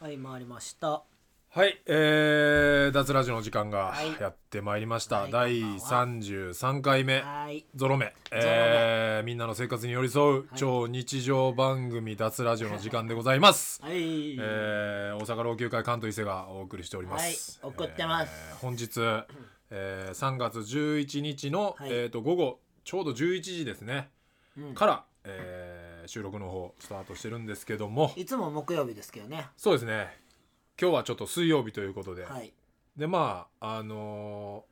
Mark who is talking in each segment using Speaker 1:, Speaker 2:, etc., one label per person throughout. Speaker 1: はい回りました
Speaker 2: はい、えー、脱ラジオの時間が
Speaker 1: はい
Speaker 2: やってまいりました、
Speaker 1: はい
Speaker 2: 第
Speaker 1: こんばんは
Speaker 2: 33回目
Speaker 1: はい
Speaker 2: ゾロ目、えーみんなの生活に寄り添う超日常番組脱ラジオの時間でございます、
Speaker 1: はい、
Speaker 2: えー大阪老朽会関東伊勢がお送りしております、
Speaker 1: はい送ってます
Speaker 2: えー本日、えー3月11日の、
Speaker 1: はい
Speaker 2: えー、と午後ちょうど11時ですね、
Speaker 1: うん
Speaker 2: から、えー収録の方スタートしてるんですけども
Speaker 1: いつも木曜日ですけどね
Speaker 2: そうですね今日はちょっと水曜日ということで、
Speaker 1: はい
Speaker 2: でまああの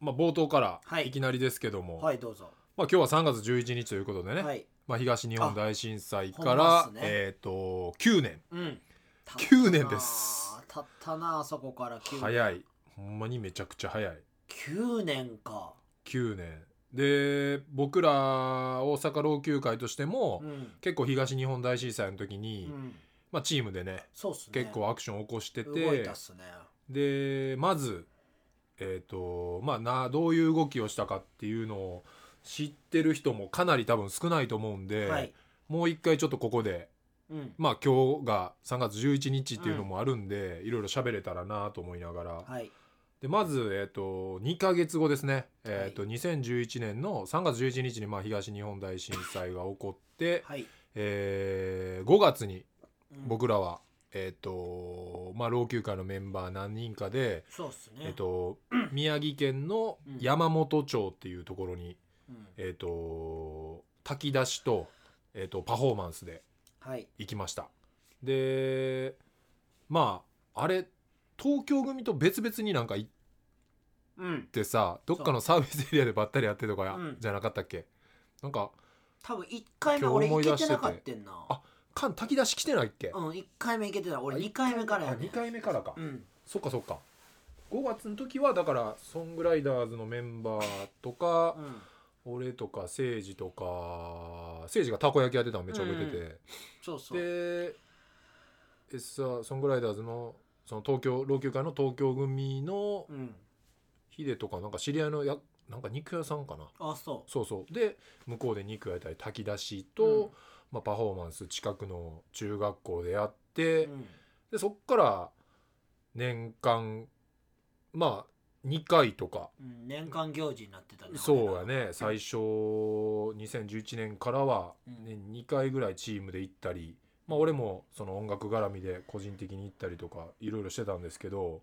Speaker 2: ーまあ、冒頭か
Speaker 1: は
Speaker 2: ら
Speaker 1: い
Speaker 2: いきなりですけども、
Speaker 1: はいどうぞ
Speaker 2: まあ、今日は3月11日ということでね、
Speaker 1: はい
Speaker 2: まあ、東日本大震災か
Speaker 1: あほ
Speaker 2: ら、
Speaker 1: んまっすね
Speaker 2: えっ、と9年
Speaker 1: うん
Speaker 2: 9年です
Speaker 1: たったなあそこから9年
Speaker 2: 早いほんまにめちゃくちゃ早い
Speaker 1: 9年か
Speaker 2: 9年で僕ら大阪老朽会としても、
Speaker 1: うん、
Speaker 2: 結構東日本大震災の時に、
Speaker 1: うん、
Speaker 2: まあ、チームでね
Speaker 1: そうっすね
Speaker 2: 結構アクションを起こして
Speaker 1: 動い
Speaker 2: て
Speaker 1: たっすね
Speaker 2: でまずえっ、とまあなどういう動きをしたかっていうのを知ってる人もかなり多分少ないと思うんで、
Speaker 1: はい
Speaker 2: もう一回ちょっとここで
Speaker 1: うん
Speaker 2: まあ今日が3月11日っていうのもあるんで、いろいろ喋れたらなと思いながら、
Speaker 1: はい
Speaker 2: でまず、えー、と2ヶ月後ですね、えーと2011年の3月11日にまあ東日本大震災が起こって、
Speaker 1: はい、
Speaker 2: えー5月に
Speaker 1: うん
Speaker 2: 僕らは、えーとまあ、老朽化のメンバー何人かで、
Speaker 1: そうっすね
Speaker 2: えーと宮城県の山本町っていうところに、
Speaker 1: うん、
Speaker 2: えー、と炊き出しと,、えー、とパフォーマンスで
Speaker 1: はい
Speaker 2: 行きましたでまああれ東京組と別々になんか行っ
Speaker 1: うん
Speaker 2: てさどっかのサービスエリアでばったりやってとかや
Speaker 1: うん
Speaker 2: じゃなかったっけなんか
Speaker 1: 多分1回目
Speaker 2: 今日
Speaker 1: 俺行
Speaker 2: 思い
Speaker 1: け
Speaker 2: 出して
Speaker 1: て
Speaker 2: て
Speaker 1: なかったんな
Speaker 2: あ缶炊き出し来てないっけ
Speaker 1: うん1回目行けてた俺
Speaker 2: あ
Speaker 1: 2回目からや
Speaker 2: あ
Speaker 1: ね
Speaker 2: 2回目からか、
Speaker 1: うん
Speaker 2: そっかそっか5月の時はだからソングライダーズのメンバーとか
Speaker 1: う、ん
Speaker 2: 俺とか誠治とか誠治がたこ焼きやってたのめっちゃ覚えてて、
Speaker 1: うんそうそう
Speaker 2: で SR ソングライダーズのその東京老朽化の東京組の
Speaker 1: うん
Speaker 2: ヒデとかなんか知り合いのやなんか肉屋さんかな
Speaker 1: あそ
Speaker 2: そうそうで向こうで肉焼いたり炊き出し
Speaker 1: う
Speaker 2: と、
Speaker 1: うん
Speaker 2: まあ、パフォーマンス近くの中学校でやって、
Speaker 1: うん
Speaker 2: でそっから年間まあ2回とか、
Speaker 1: うん年間行事になってたね
Speaker 2: そうやね最初2011年からは
Speaker 1: うん
Speaker 2: 年2回ぐらいチームで行ったり、まあ、俺もその音楽絡みで個人的に行ったりとかいろいろしてたんです けど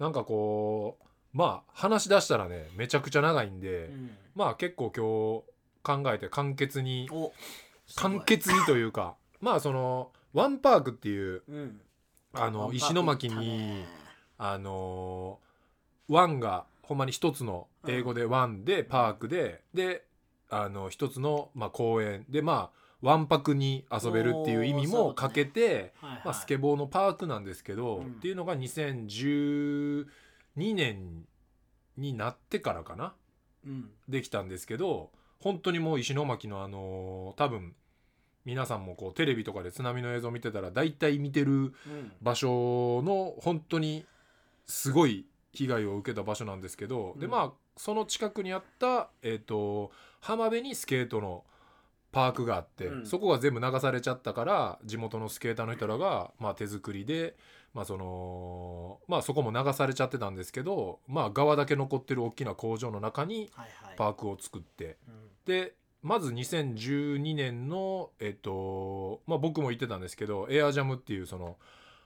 Speaker 2: なんかこうまあ話し出したらねめちゃくちゃ長いんで、
Speaker 1: 俺らうん
Speaker 2: まあ結構今日考えて簡潔に
Speaker 1: おすごい
Speaker 2: 簡潔にというかまあそのワンパークっていう
Speaker 1: うん
Speaker 2: あ
Speaker 1: ワン
Speaker 2: の
Speaker 1: パ
Speaker 2: 石巻
Speaker 1: 行った
Speaker 2: に
Speaker 1: ね
Speaker 2: あのーワンがほんまに一つの英語でワンでパークで、であの一つの、まあ、公園でまあワンパクに遊べるっていう意味もかけて、
Speaker 1: はいはい
Speaker 2: まあ、スケボーのパークなんですけど、
Speaker 1: うん
Speaker 2: っていうのが2012年になってからかな
Speaker 1: うん
Speaker 2: できたんですけど本当にもう石巻のあのー多分皆さんもこうテレビとかで津波の映像見てたら大体見てる
Speaker 1: うん
Speaker 2: 場所の本当にすごい被害を受けた場所なんですけど、で
Speaker 1: うん
Speaker 2: まあその近くにあった、えー、と浜辺にスケートのパークがあって、
Speaker 1: うん
Speaker 2: そこが全部流されちゃったから地元のスケーターの人らが、まあ、手作りで、まあそのまあ、そこも流されちゃってたんですけど、まあ、側だけ残ってる大きな工場の中に
Speaker 1: はいはい
Speaker 2: パークを作って
Speaker 1: うん
Speaker 2: でまず2012年のえっとまあ僕も言ってたんですけどエアジャムっていうその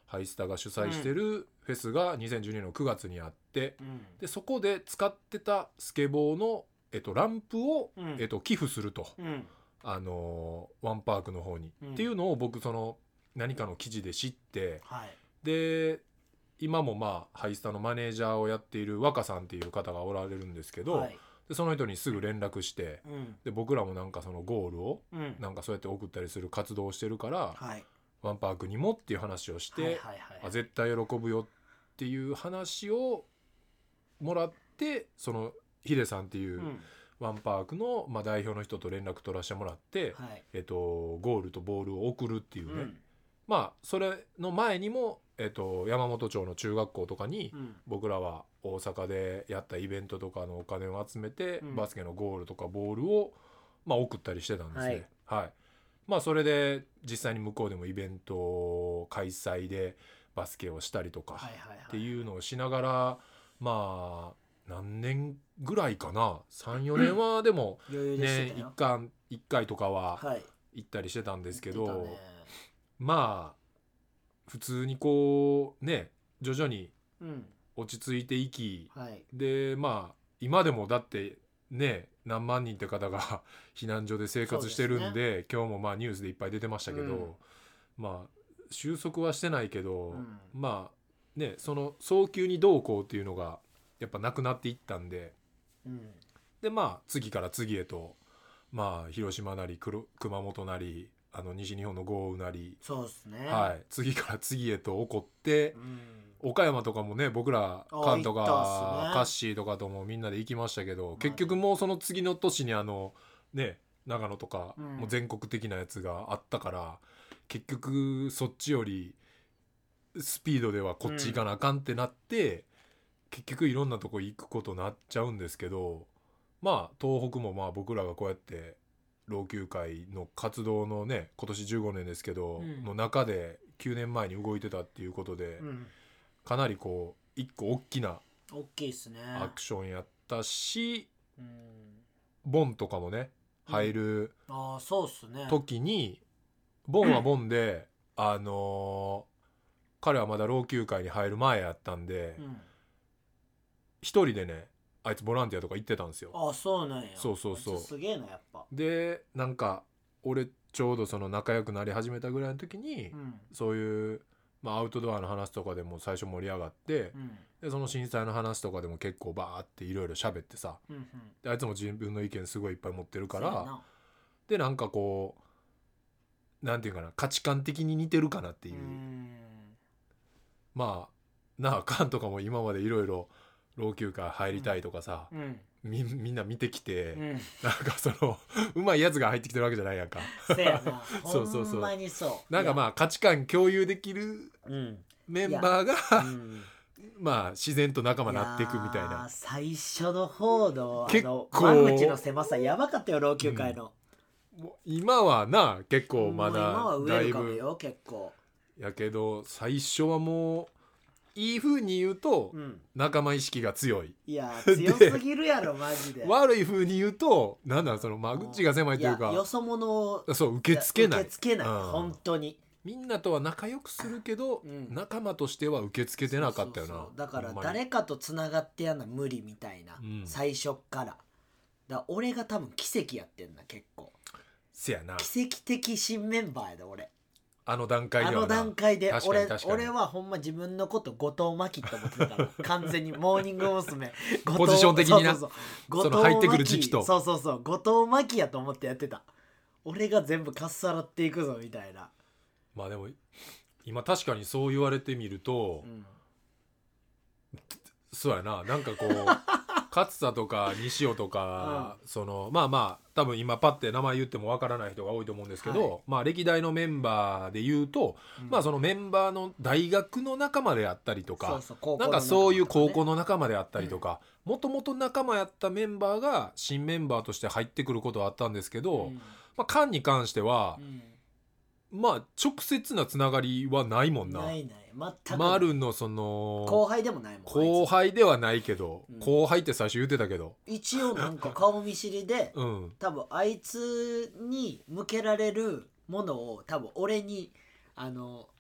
Speaker 2: ハイスタが主催してるフェスが2012年の9月にあって
Speaker 1: うん
Speaker 2: でそこで使ってたスケボーの、えっと、ランプを、
Speaker 1: うん
Speaker 2: えっと、寄付すると、
Speaker 1: うん
Speaker 2: あのーワンパークの方に、
Speaker 1: うん
Speaker 2: っていうのを僕その何かの記事で知って
Speaker 1: はい
Speaker 2: で今もまあハイスタのマネージャーをやっている若さんっていう方がおられるんですけど、
Speaker 1: はい
Speaker 2: でその人にすぐ連絡して。
Speaker 1: うん
Speaker 2: で僕らもなんかそのゴールを
Speaker 1: うん
Speaker 2: なんかそうやって送ったりする活動をしてるから
Speaker 1: はい
Speaker 2: ワンパークにもっていう話をして、
Speaker 1: はいはいはい
Speaker 2: あ絶対喜ぶよっていう話をもらってそのヒデさんっていううんワンパークの、まあ、代表の人と連絡取らせてもらって、
Speaker 1: はい
Speaker 2: えっと、ゴールとボールを送るっていううね、
Speaker 1: ん
Speaker 2: まあそれの前にも、えっと、山本町の中学校とかに、
Speaker 1: うん
Speaker 2: 僕らは大阪でやったイベントとかのお金を集めて、
Speaker 1: うん
Speaker 2: バスケのゴールとかボールを、まあ、送ったりしてたんですね。はいまあ、それで実際に向こうでもイベントを開催で、バスケをしたりとか
Speaker 1: はいはいはい
Speaker 2: っていうのをしながらまあ何年ぐらいかな34年はでも
Speaker 1: 余裕でして
Speaker 2: ね
Speaker 1: たよ
Speaker 2: 一回一回とかは
Speaker 1: はい
Speaker 2: 行ったりしてたんですけ
Speaker 1: 言っ
Speaker 2: ど
Speaker 1: て
Speaker 2: まあ普通にこうね徐々に
Speaker 1: たね
Speaker 2: 落ち着いていき
Speaker 1: うんはい
Speaker 2: でまあ今でもだってね何万人って方が 避難所で生活してるん
Speaker 1: そう
Speaker 2: で今日もまあニュースでいっぱい出てましたけど、
Speaker 1: うん
Speaker 2: まあ収束はしてないけど、
Speaker 1: うん
Speaker 2: まあねその早急にどうこうっていうのがやっぱなくなっていったんで
Speaker 1: うん
Speaker 2: でまあ次から次へとまあ広島なり黒熊本なりあの西日本の豪雨なり、
Speaker 1: そうですね
Speaker 2: はい、次から次へと起こって。
Speaker 1: うん
Speaker 2: 岡山とかもね僕ら
Speaker 1: あ
Speaker 2: カンとか、
Speaker 1: 行ったっすね
Speaker 2: カッシーとかともみんなで行きましたけど、
Speaker 1: まあね
Speaker 2: 結局もうその次の年にあのね長野とか、
Speaker 1: うん
Speaker 2: もう全国的なやつがあったから結局そっちよりスピードではこっち行かなあかんってなって、結局いろんなとこ行くことになっちゃうんですけどまあ東北もまあ僕らがこうやって老朽会の活動のね今年15年ですけど、
Speaker 1: うん
Speaker 2: の中で9年前に動いてたっていうことで。
Speaker 1: うん
Speaker 2: かなりこう一個大きな
Speaker 1: 大きいっすね
Speaker 2: アクションやったし、
Speaker 1: うん
Speaker 2: ボンとかもね
Speaker 1: うん
Speaker 2: 入る
Speaker 1: ああそうっすね
Speaker 2: 時に、ボンはボンで、あのー彼はまだ老朽会に入る前やったんで
Speaker 1: うん
Speaker 2: 一、人でねあいつボランティアとか行ってたんですよ。
Speaker 1: ああそうなんや
Speaker 2: そうそうそう
Speaker 1: こいつすげえなやっぱ
Speaker 2: でなんか俺ちょうどその仲良くなり始めたぐらいの時に、
Speaker 1: うん
Speaker 2: そういう、まあ、アウトドアの話とかでも最初盛り上がって
Speaker 1: う、ん
Speaker 2: でその震災の話とかでも結構バーっていろいろ喋ってさ、
Speaker 1: うんうん
Speaker 2: であいつも自分の意見すごいいっぱい持ってるか
Speaker 1: そうや
Speaker 2: ら
Speaker 1: な
Speaker 2: でなんかこうなんていうかな価値観的に似てるかなっていう、
Speaker 1: うん
Speaker 2: まあなあカンとかも今までいろいろ老朽化入りたいとかさ、
Speaker 1: うん
Speaker 2: みみんな見てきて、
Speaker 1: うん
Speaker 2: なんかその うまいやつが入ってきてるわけじゃないやんか
Speaker 1: せやな
Speaker 2: そうそうそう
Speaker 1: ほんまにそう
Speaker 2: なんかまあ価値観共有できる
Speaker 1: あうん
Speaker 2: メンバーが、
Speaker 1: うん
Speaker 2: まあ自然と仲間になっていくみたい
Speaker 1: やー
Speaker 2: な
Speaker 1: 最初の方の
Speaker 2: 結
Speaker 1: 結
Speaker 2: 構
Speaker 1: 構間口の狭さやばかったよ老朽会の、
Speaker 2: もう今はな結構ま
Speaker 1: もう今は
Speaker 2: だ
Speaker 1: 植
Speaker 2: だ
Speaker 1: え
Speaker 2: い
Speaker 1: るかも
Speaker 2: ぶ
Speaker 1: よ結構
Speaker 2: やけど最初はもういい風に言うと、
Speaker 1: うん
Speaker 2: 仲間意識が強い
Speaker 1: いやー強すぎるやろマジで
Speaker 2: 悪い風に言うとなんだその間口が狭いという
Speaker 1: やよ
Speaker 2: か
Speaker 1: そ者を
Speaker 2: そう受け付けない
Speaker 1: 受け付けない、
Speaker 2: うん
Speaker 1: 本当に
Speaker 2: みんなとは仲良くするけど、
Speaker 1: うん
Speaker 2: 仲間としては受け付けてなかったよな
Speaker 1: そうそうそうだから
Speaker 2: ほんまに
Speaker 1: 誰かとつながってやんな無理みたいな、
Speaker 2: うん
Speaker 1: 最初っからだから俺が多分奇跡やってんな結構
Speaker 2: せやな
Speaker 1: 奇跡的新メンバーやで俺
Speaker 2: あの段階
Speaker 1: あ
Speaker 2: では
Speaker 1: の
Speaker 2: な
Speaker 1: 段階で
Speaker 2: 確かに
Speaker 1: 俺
Speaker 2: 確かに
Speaker 1: 俺はほんま自分のこと後藤真希って思ってた から完全にモーニング娘。後藤
Speaker 2: ポジション的にな
Speaker 1: そう
Speaker 2: そ
Speaker 1: そうそう
Speaker 2: の入ってくる時期と
Speaker 1: 後藤真希そうそうそう後藤真希やと思ってやってた俺が全部かっさらっていくぞみたいな、
Speaker 2: まあでも今確かにそう言われてみると、
Speaker 1: うん
Speaker 2: そうやななんか こう勝田とか西尾とか、そのまあまあ多分今パッて名前言ってもわからない人が多いと思うんですけど、
Speaker 1: は
Speaker 2: まあ歴代のメンバーで言うと、まあそのメンバーの大学の仲間であったりとか
Speaker 1: そうそう高校
Speaker 2: なん
Speaker 1: の
Speaker 2: かそういう高校
Speaker 1: の
Speaker 2: の仲間であったりとかもともと仲間やったメンバーが新メンバーとして入ってくることはあったんですけど、
Speaker 1: うん
Speaker 2: まあ、カンに関しては、まあ直接なつながりはないも
Speaker 1: うんん
Speaker 2: な。
Speaker 1: ないない全く
Speaker 2: マルのその
Speaker 1: 後輩でもないもん
Speaker 2: 後
Speaker 1: あ
Speaker 2: 輩ではないけど、
Speaker 1: うん
Speaker 2: 後輩って最初言ってたけど、
Speaker 1: いつ一応なんか顔見知りで
Speaker 2: うん、
Speaker 1: 多分あいつに向けられるものを多分俺にあの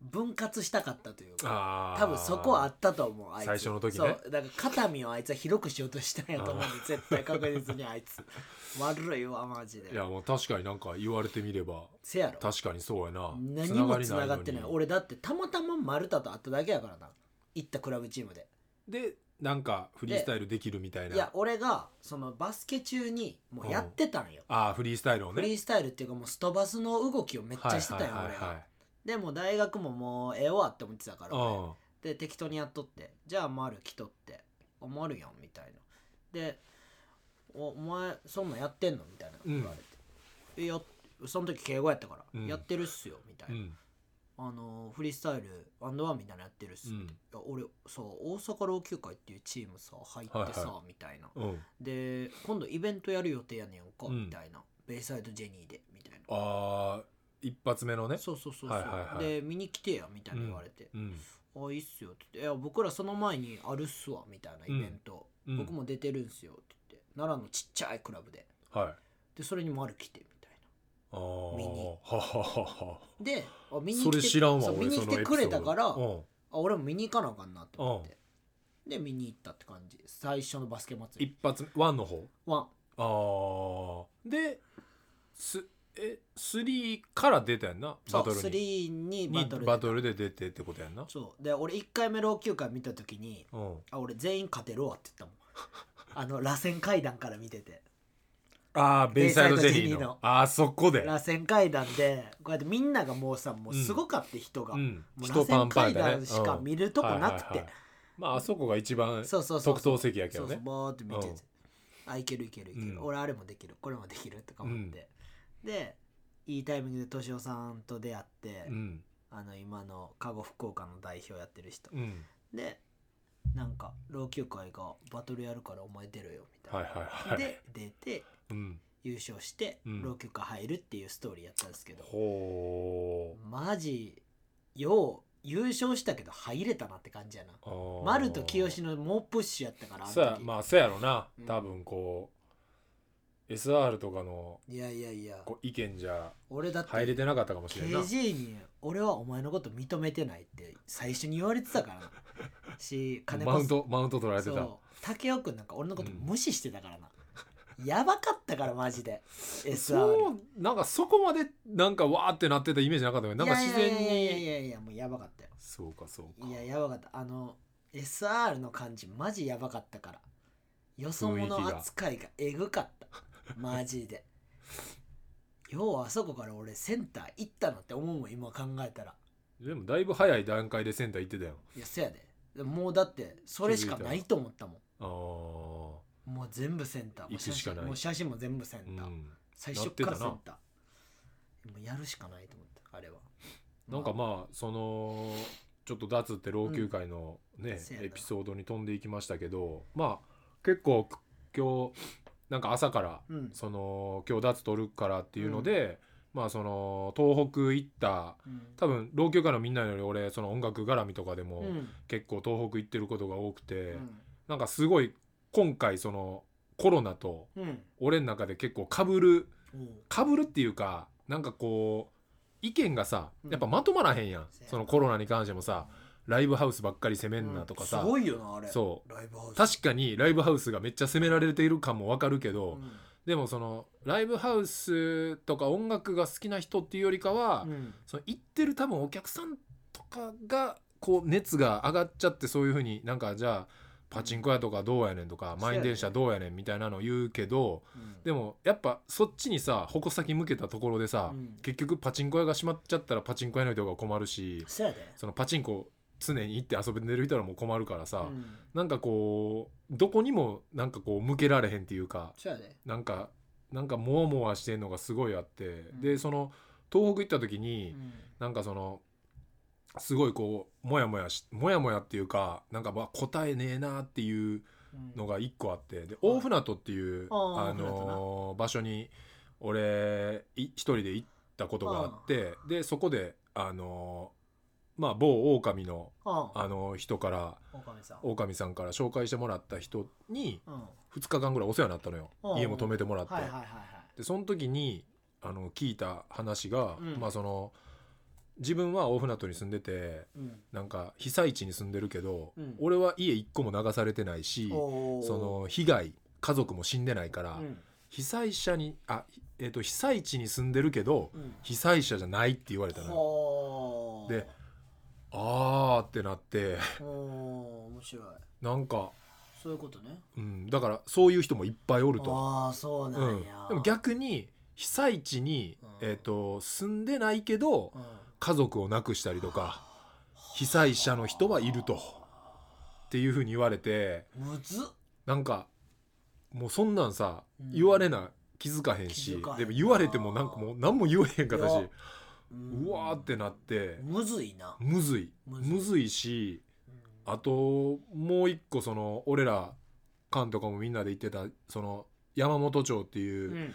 Speaker 1: 分割したかったというか
Speaker 2: あー
Speaker 1: 多分そこはあったと思うあいつ
Speaker 2: 最初の時ね
Speaker 1: そうだから肩身をあいつは広くしようとしたんやと思うんで絶対確実にあいつ 悪いわマジで
Speaker 2: いやもう確かになんか言われてみれば
Speaker 1: せやろ
Speaker 2: 確かにそうやな
Speaker 1: 何もつながってない
Speaker 2: のに
Speaker 1: 俺だってたまたま丸太と会っただけやからな行ったクラブチームで
Speaker 2: でなんかフリースタイルできるみたいない
Speaker 1: や俺がそのバスケ中にもうやってたんよ、
Speaker 2: ああフリースタイルを
Speaker 1: フ
Speaker 2: ね
Speaker 1: リースタイルっていうかもうストバスの動きをめっちゃしてたよ、
Speaker 2: はいはい
Speaker 1: 俺
Speaker 2: はい
Speaker 1: がでも大学ももうええわって思ってたから、
Speaker 2: はい、うん
Speaker 1: で適当にやっとってじゃあ丸来とっておもるやんみたいなでおお前そんなんやってんのみたいな
Speaker 2: うん
Speaker 1: 言われて、えやその時敬語やったから、
Speaker 2: うん
Speaker 1: やってるっすよみたいうな、
Speaker 2: ん
Speaker 1: あのフリースタイルワンみたいなのやってるっすって、
Speaker 2: うん
Speaker 1: いや俺さ大阪老朽会っていうチームさ入ってさ、
Speaker 2: はいは
Speaker 1: みたいな
Speaker 2: うん、
Speaker 1: で今度イベントやる予定やねんか、
Speaker 2: うん
Speaker 1: みたいなベイサイドジェニーでみたいな
Speaker 2: ああ一発目の ね
Speaker 1: そうそうそうそう、
Speaker 2: はいはいはい
Speaker 1: で見に来てやみたいに言われて
Speaker 2: うん
Speaker 1: 「あいいっすよ」って言って「いや僕らその前にあるっすわ」みたいなイベント、
Speaker 2: うん
Speaker 1: 僕も出てるんすよって言って奈良のちっちゃいクラブで
Speaker 2: はい
Speaker 1: でそれに丸来てみたいな
Speaker 2: ああ
Speaker 1: 見に
Speaker 2: はははは
Speaker 1: であ見に来
Speaker 2: そ
Speaker 1: て
Speaker 2: れ知らんわ
Speaker 1: そう
Speaker 2: 俺
Speaker 1: 見に
Speaker 2: そ
Speaker 1: 来
Speaker 2: の
Speaker 1: て
Speaker 2: エピ
Speaker 1: く
Speaker 2: ソ
Speaker 1: れ
Speaker 2: ー
Speaker 1: た
Speaker 2: ド
Speaker 1: からあ
Speaker 2: うん
Speaker 1: 俺も見に行かなあかんなと思ってで見に行ったって感じ最初のバスケ祭り
Speaker 2: 一発ワンの方
Speaker 1: は
Speaker 2: ああでスえ3から出たやんな
Speaker 1: そ
Speaker 2: バ
Speaker 1: う
Speaker 2: トルに
Speaker 1: 3にバ
Speaker 2: に
Speaker 1: トル
Speaker 2: バ
Speaker 1: で
Speaker 2: トルで出てってことやんな
Speaker 1: そうで俺1回目老朽化見た時に
Speaker 2: うん
Speaker 1: あ俺全員勝てるわって言 ったもんあの螺旋階段から見てて
Speaker 2: ああベイサイドジェ
Speaker 1: ベイ
Speaker 2: ニ
Speaker 1: サイドジェニ
Speaker 2: ー
Speaker 1: ー
Speaker 2: の
Speaker 1: の
Speaker 2: ああそこで
Speaker 1: 螺旋階段でこうやってみんながもうさもうすごかって人が、
Speaker 2: う
Speaker 1: も
Speaker 2: ん
Speaker 1: う
Speaker 2: 人パンパ
Speaker 1: 螺旋階
Speaker 2: ンだね
Speaker 1: 段しか
Speaker 2: うん
Speaker 1: 見るとこなくて、
Speaker 2: はいはいはいまああそこが一番
Speaker 1: そうそうそう
Speaker 2: 特等席やけ
Speaker 1: そ
Speaker 2: ど
Speaker 1: うそう
Speaker 2: ね
Speaker 1: バーって見てて、
Speaker 2: うん
Speaker 1: あいけるいけるいける、
Speaker 2: うん
Speaker 1: 俺あれもできるこれもできるとか思って、でいいタイミングで敏夫さんと出会って、
Speaker 2: うん
Speaker 1: あの今の加護福岡の代表やってる人、
Speaker 2: うん
Speaker 1: でなんか老朽会がバトルやるからお前出ろよみたいな、
Speaker 2: はいはいはい
Speaker 1: で出て
Speaker 2: うん
Speaker 1: 優勝して
Speaker 2: うん
Speaker 1: 老朽会入るっていうストーリーやったんですけど、
Speaker 2: ほ
Speaker 1: マジよう優勝したけど入れたなって感じやな
Speaker 2: うあー
Speaker 1: 丸と清の猛プッシュやったからあの時
Speaker 2: そうやまあそうやろな、
Speaker 1: うん
Speaker 2: 多分こう SR とかの
Speaker 1: いやいやいや
Speaker 2: こう意見じゃ
Speaker 1: 俺だっ
Speaker 2: 入れ
Speaker 1: て
Speaker 2: てなかったかもしれんな
Speaker 1: KG に「俺はお前のこと認めてない」って最初に言われてた からなし金子
Speaker 2: マウントマウント取られて
Speaker 1: そ
Speaker 2: た
Speaker 1: う竹雄君なんか俺のこと無視してたからな、やばかったからマジで SR
Speaker 2: そうなんかそこまでなんかわーってなってたイメージなかったけどなんか自然
Speaker 1: いやいやい
Speaker 2: に
Speaker 1: やいやいやもうやばかったよ
Speaker 2: そうかそうか
Speaker 1: いややばかったあの SR の感じマジやばかったからよそ
Speaker 2: 雰囲
Speaker 1: 者
Speaker 2: 気が
Speaker 1: 扱いがえぐかったマジでようあそこから俺センター行ったなって思うもん今考えたら
Speaker 2: でもだいぶ早い段階でセンター行ってたよ
Speaker 1: いやそやででももうだってそれしかないと思ったも
Speaker 2: ああ
Speaker 1: んもう全部センターもう写
Speaker 2: 行くしか
Speaker 1: 真
Speaker 2: ない
Speaker 1: もう写真も全部セン
Speaker 2: う
Speaker 1: ター、
Speaker 2: ん
Speaker 1: 最初っから
Speaker 2: なって
Speaker 1: セ
Speaker 2: たな
Speaker 1: ンターもうやるしかないと思ったあれは
Speaker 2: なんか
Speaker 1: あ
Speaker 2: まあそのちょっと脱って老朽会のね、
Speaker 1: せやな
Speaker 2: エピソードに飛んでいきましたけどまあ結構今日なんか朝から
Speaker 1: うん
Speaker 2: その今日脱取るからっていうので、まあその東北行った
Speaker 1: うん
Speaker 2: 多分老朽化のみんなより俺その音楽絡みとかで
Speaker 1: う
Speaker 2: も
Speaker 1: ん
Speaker 2: 結構東北行ってることが多くて、
Speaker 1: うん
Speaker 2: なんかすごい今回そのコロナと
Speaker 1: うん
Speaker 2: 俺の中で結構かぶる
Speaker 1: おう
Speaker 2: かぶるっていうかなんかこう意見がさ
Speaker 1: うん
Speaker 2: やっぱまとまらへんやん、
Speaker 1: せやな
Speaker 2: そのコロナに関してもさライブハウスばっかり攻めんなとか
Speaker 1: う
Speaker 2: さ、
Speaker 1: んすごいよなあれ
Speaker 2: そう
Speaker 1: ライブハウス
Speaker 2: 確かにライブハウスがめっちゃ攻められている感もわかるけど、
Speaker 1: うん
Speaker 2: でもそのライブハウスとか音楽が好きな人っていうよりかは、
Speaker 1: うん
Speaker 2: その行ってる多分お客さんとかがこう熱が上がっちゃってそういうふうになんかじゃあパチンコ屋とかどうやねんとか
Speaker 1: うん
Speaker 2: 満員電車どうやねんみたいなの言うけどでもやっぱそっちにさ矛先向けたところでさ
Speaker 1: うん
Speaker 2: 結局パチンコ屋が閉まっちゃったらパチンコ屋の人が困るし
Speaker 1: そうやで
Speaker 2: そのパチンコ常に行って遊んでる人らも困るからさ
Speaker 1: うん
Speaker 2: なんかこうどこにもなんかこう向けられへんっていうか
Speaker 1: そうやで
Speaker 2: なんかなんかモワモワしてんのがすごいあって
Speaker 1: ん
Speaker 2: でその東北行った時に、
Speaker 1: うん
Speaker 2: なんかそのすごいこうモヤモヤしモヤモヤっていうかなんかまあ答えねえなっていうのが一個あってで大船渡っていう、
Speaker 1: あー
Speaker 2: あのー場所に俺い一人で行ったことがあってでそこであのーまあ某狼の
Speaker 1: ああ
Speaker 2: あのー人から
Speaker 1: 狼さん
Speaker 2: 狼さんから紹介してもらった人に
Speaker 1: うんは
Speaker 2: 2日間ぐらいお世話になったのよ
Speaker 1: うん
Speaker 2: 家も泊めてもらっ
Speaker 1: い
Speaker 2: て、
Speaker 1: はいはいは
Speaker 2: でその時にあの聞いた話が、
Speaker 1: うん
Speaker 2: まあその自分は大船渡に住んでて
Speaker 1: いうん
Speaker 2: なんか被災地に住んでるけど、
Speaker 1: うん
Speaker 2: 俺は家一個も流されてないし
Speaker 1: おー
Speaker 2: その被害家族も死んでないから、
Speaker 1: うん
Speaker 2: 被災者にあ、えっと被災地に住んでるけど
Speaker 1: うん
Speaker 2: 被災者じゃないって言われたのよ
Speaker 1: ほー
Speaker 2: であーってなって
Speaker 1: ほー面白い
Speaker 2: なんか、
Speaker 1: そういうことね
Speaker 2: うん、だからそういう人もいっぱいおると。
Speaker 1: ああそう
Speaker 2: う
Speaker 1: なん
Speaker 2: ん
Speaker 1: や、
Speaker 2: でも逆に被災地に、
Speaker 1: うん
Speaker 2: えっと住んでないけど、
Speaker 1: うん
Speaker 2: 家族を亡くしたりとか被災者の人はいるとっていうふうに言われて
Speaker 1: むずっ
Speaker 2: なんかもうそんなんさ、
Speaker 1: うん
Speaker 2: 言われな気づかへんし
Speaker 1: 気づかへんな
Speaker 2: でも言われてもなんかもう何も言わへんかったし
Speaker 1: いや
Speaker 2: うわーってなって
Speaker 1: むずいな
Speaker 2: むずい
Speaker 1: むずい
Speaker 2: むずいしあともう一個その俺ら館とかもみんなで行ってたその山本町っていううん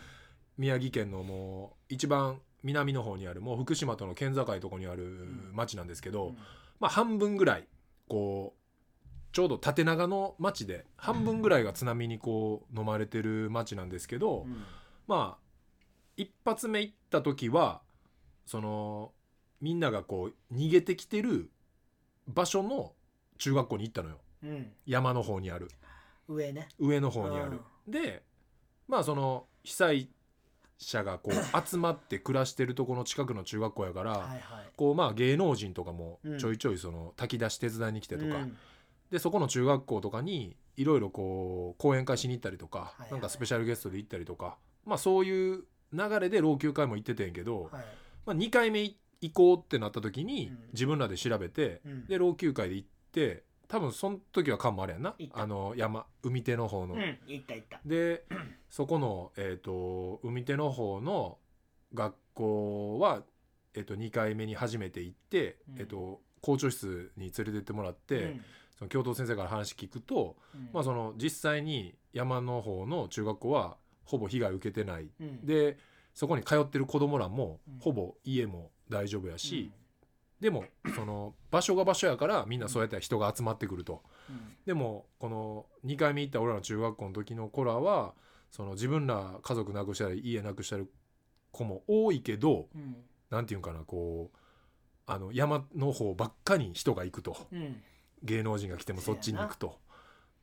Speaker 2: 宮城県のもう一番南の方にあるもう福島との県境のとこにある
Speaker 1: ん
Speaker 2: 町なんですけ
Speaker 1: う
Speaker 2: ど、
Speaker 1: ん
Speaker 2: まあ、半分ぐらいこうちょうど縦長の町で半分ぐらいが津波にこう飲まれてる町なんですけど、
Speaker 1: うん
Speaker 2: まあ一発目行った時はそのみんながこう逃げてきてる場所の中学校に行ったのよ
Speaker 1: うん
Speaker 2: 山の方にある
Speaker 1: 上ね
Speaker 2: 上の方にある。でまあその被災者がこう集まって暮らしてるとこの近くの中学校やから、
Speaker 1: はいはい
Speaker 2: こうまあ芸能人とかも
Speaker 1: うん
Speaker 2: ちょいちょいその炊き出し手伝いに来てとか、
Speaker 1: うん
Speaker 2: でそこの中学校とかにいろいろこう講演会しに行ったりとか、
Speaker 1: はいはい
Speaker 2: なんかスペシャルゲストで行ったりとかまあそういう流れで老朽会も行っててんやけど、
Speaker 1: はい
Speaker 2: まあ、2回目行こうってなった時に
Speaker 1: うん
Speaker 2: 自分らで調べて、
Speaker 1: うん
Speaker 2: で老朽会で行って多分その時はカンもあれやんな
Speaker 1: 行った
Speaker 2: あの山海手の方の。
Speaker 1: うん行った行った
Speaker 2: でそこの、えー、と海手の方の学校は、えー、と2回目に初めて行って、
Speaker 1: うん
Speaker 2: えー、と校長室に連れてってもらって、
Speaker 1: うん
Speaker 2: その教頭先生から話聞くと、
Speaker 1: うん
Speaker 2: まあ、その実際に山の方の中学校はほぼ被害受けてない、
Speaker 1: うん
Speaker 2: でそこに通ってる子供らも
Speaker 1: うん
Speaker 2: ほぼ家も大丈夫やし、
Speaker 1: う
Speaker 2: でもその場所が場所やからみんなそうやって人が集まってくると。
Speaker 1: んうん
Speaker 2: でもこの2回目行った俺らの中学校の時の子らはその自分ら家族なくしたり家なくしたり子も多いけど
Speaker 1: うん
Speaker 2: なんていうんかなこうあの山の方ばっかに人が行くと
Speaker 1: うん
Speaker 2: 芸能人が来てもそっちに行く
Speaker 1: そ
Speaker 2: と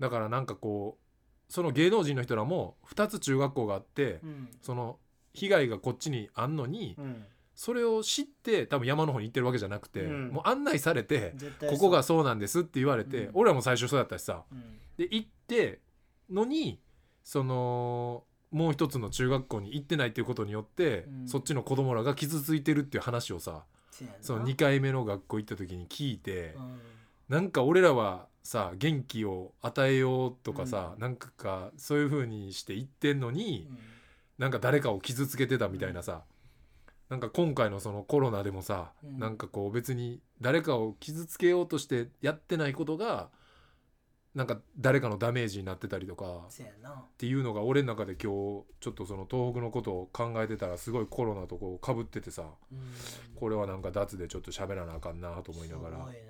Speaker 2: だからなんかこうその芸能人の人らも2つ中学校があって
Speaker 1: うん
Speaker 2: その被害がこっちにあんのに
Speaker 1: うん
Speaker 2: それを知って多分山の方に行ってるわけじゃなくて
Speaker 1: うん
Speaker 2: もう案内されて
Speaker 1: 絶対
Speaker 2: ここが
Speaker 1: そ
Speaker 2: そうなんですって言われて
Speaker 1: うん
Speaker 2: 俺らも最初そうだったしさ
Speaker 1: ううん
Speaker 2: で行ってのにそのもう一つの中学校に行ってないっていうことによって、
Speaker 1: うん
Speaker 2: そっちの子供らが傷ついてるっていう話をさ
Speaker 1: せやな
Speaker 2: その2回目の学校行った時に聞いて、
Speaker 1: うん
Speaker 2: なんか俺らはさ元気を与えようとかさ、なんかかそういう風にして行ってんのに、
Speaker 1: うん
Speaker 2: なんか誰かを傷つけてたみたいなさ、なんか今回のそのコロナでもさ、
Speaker 1: うん
Speaker 2: なんかこう別に誰かを傷つけようとしてやってないことがなんか誰かのダメージになってたりとかっ
Speaker 1: せやな
Speaker 2: ていうのが俺の中で今日ちょっとその東北のことを考えてたらすごいコロナとこうかぶっててさ
Speaker 1: うん
Speaker 2: これはなんか脱でちょっと喋らなあかんなと思いなが
Speaker 1: す
Speaker 2: ら
Speaker 1: ごいな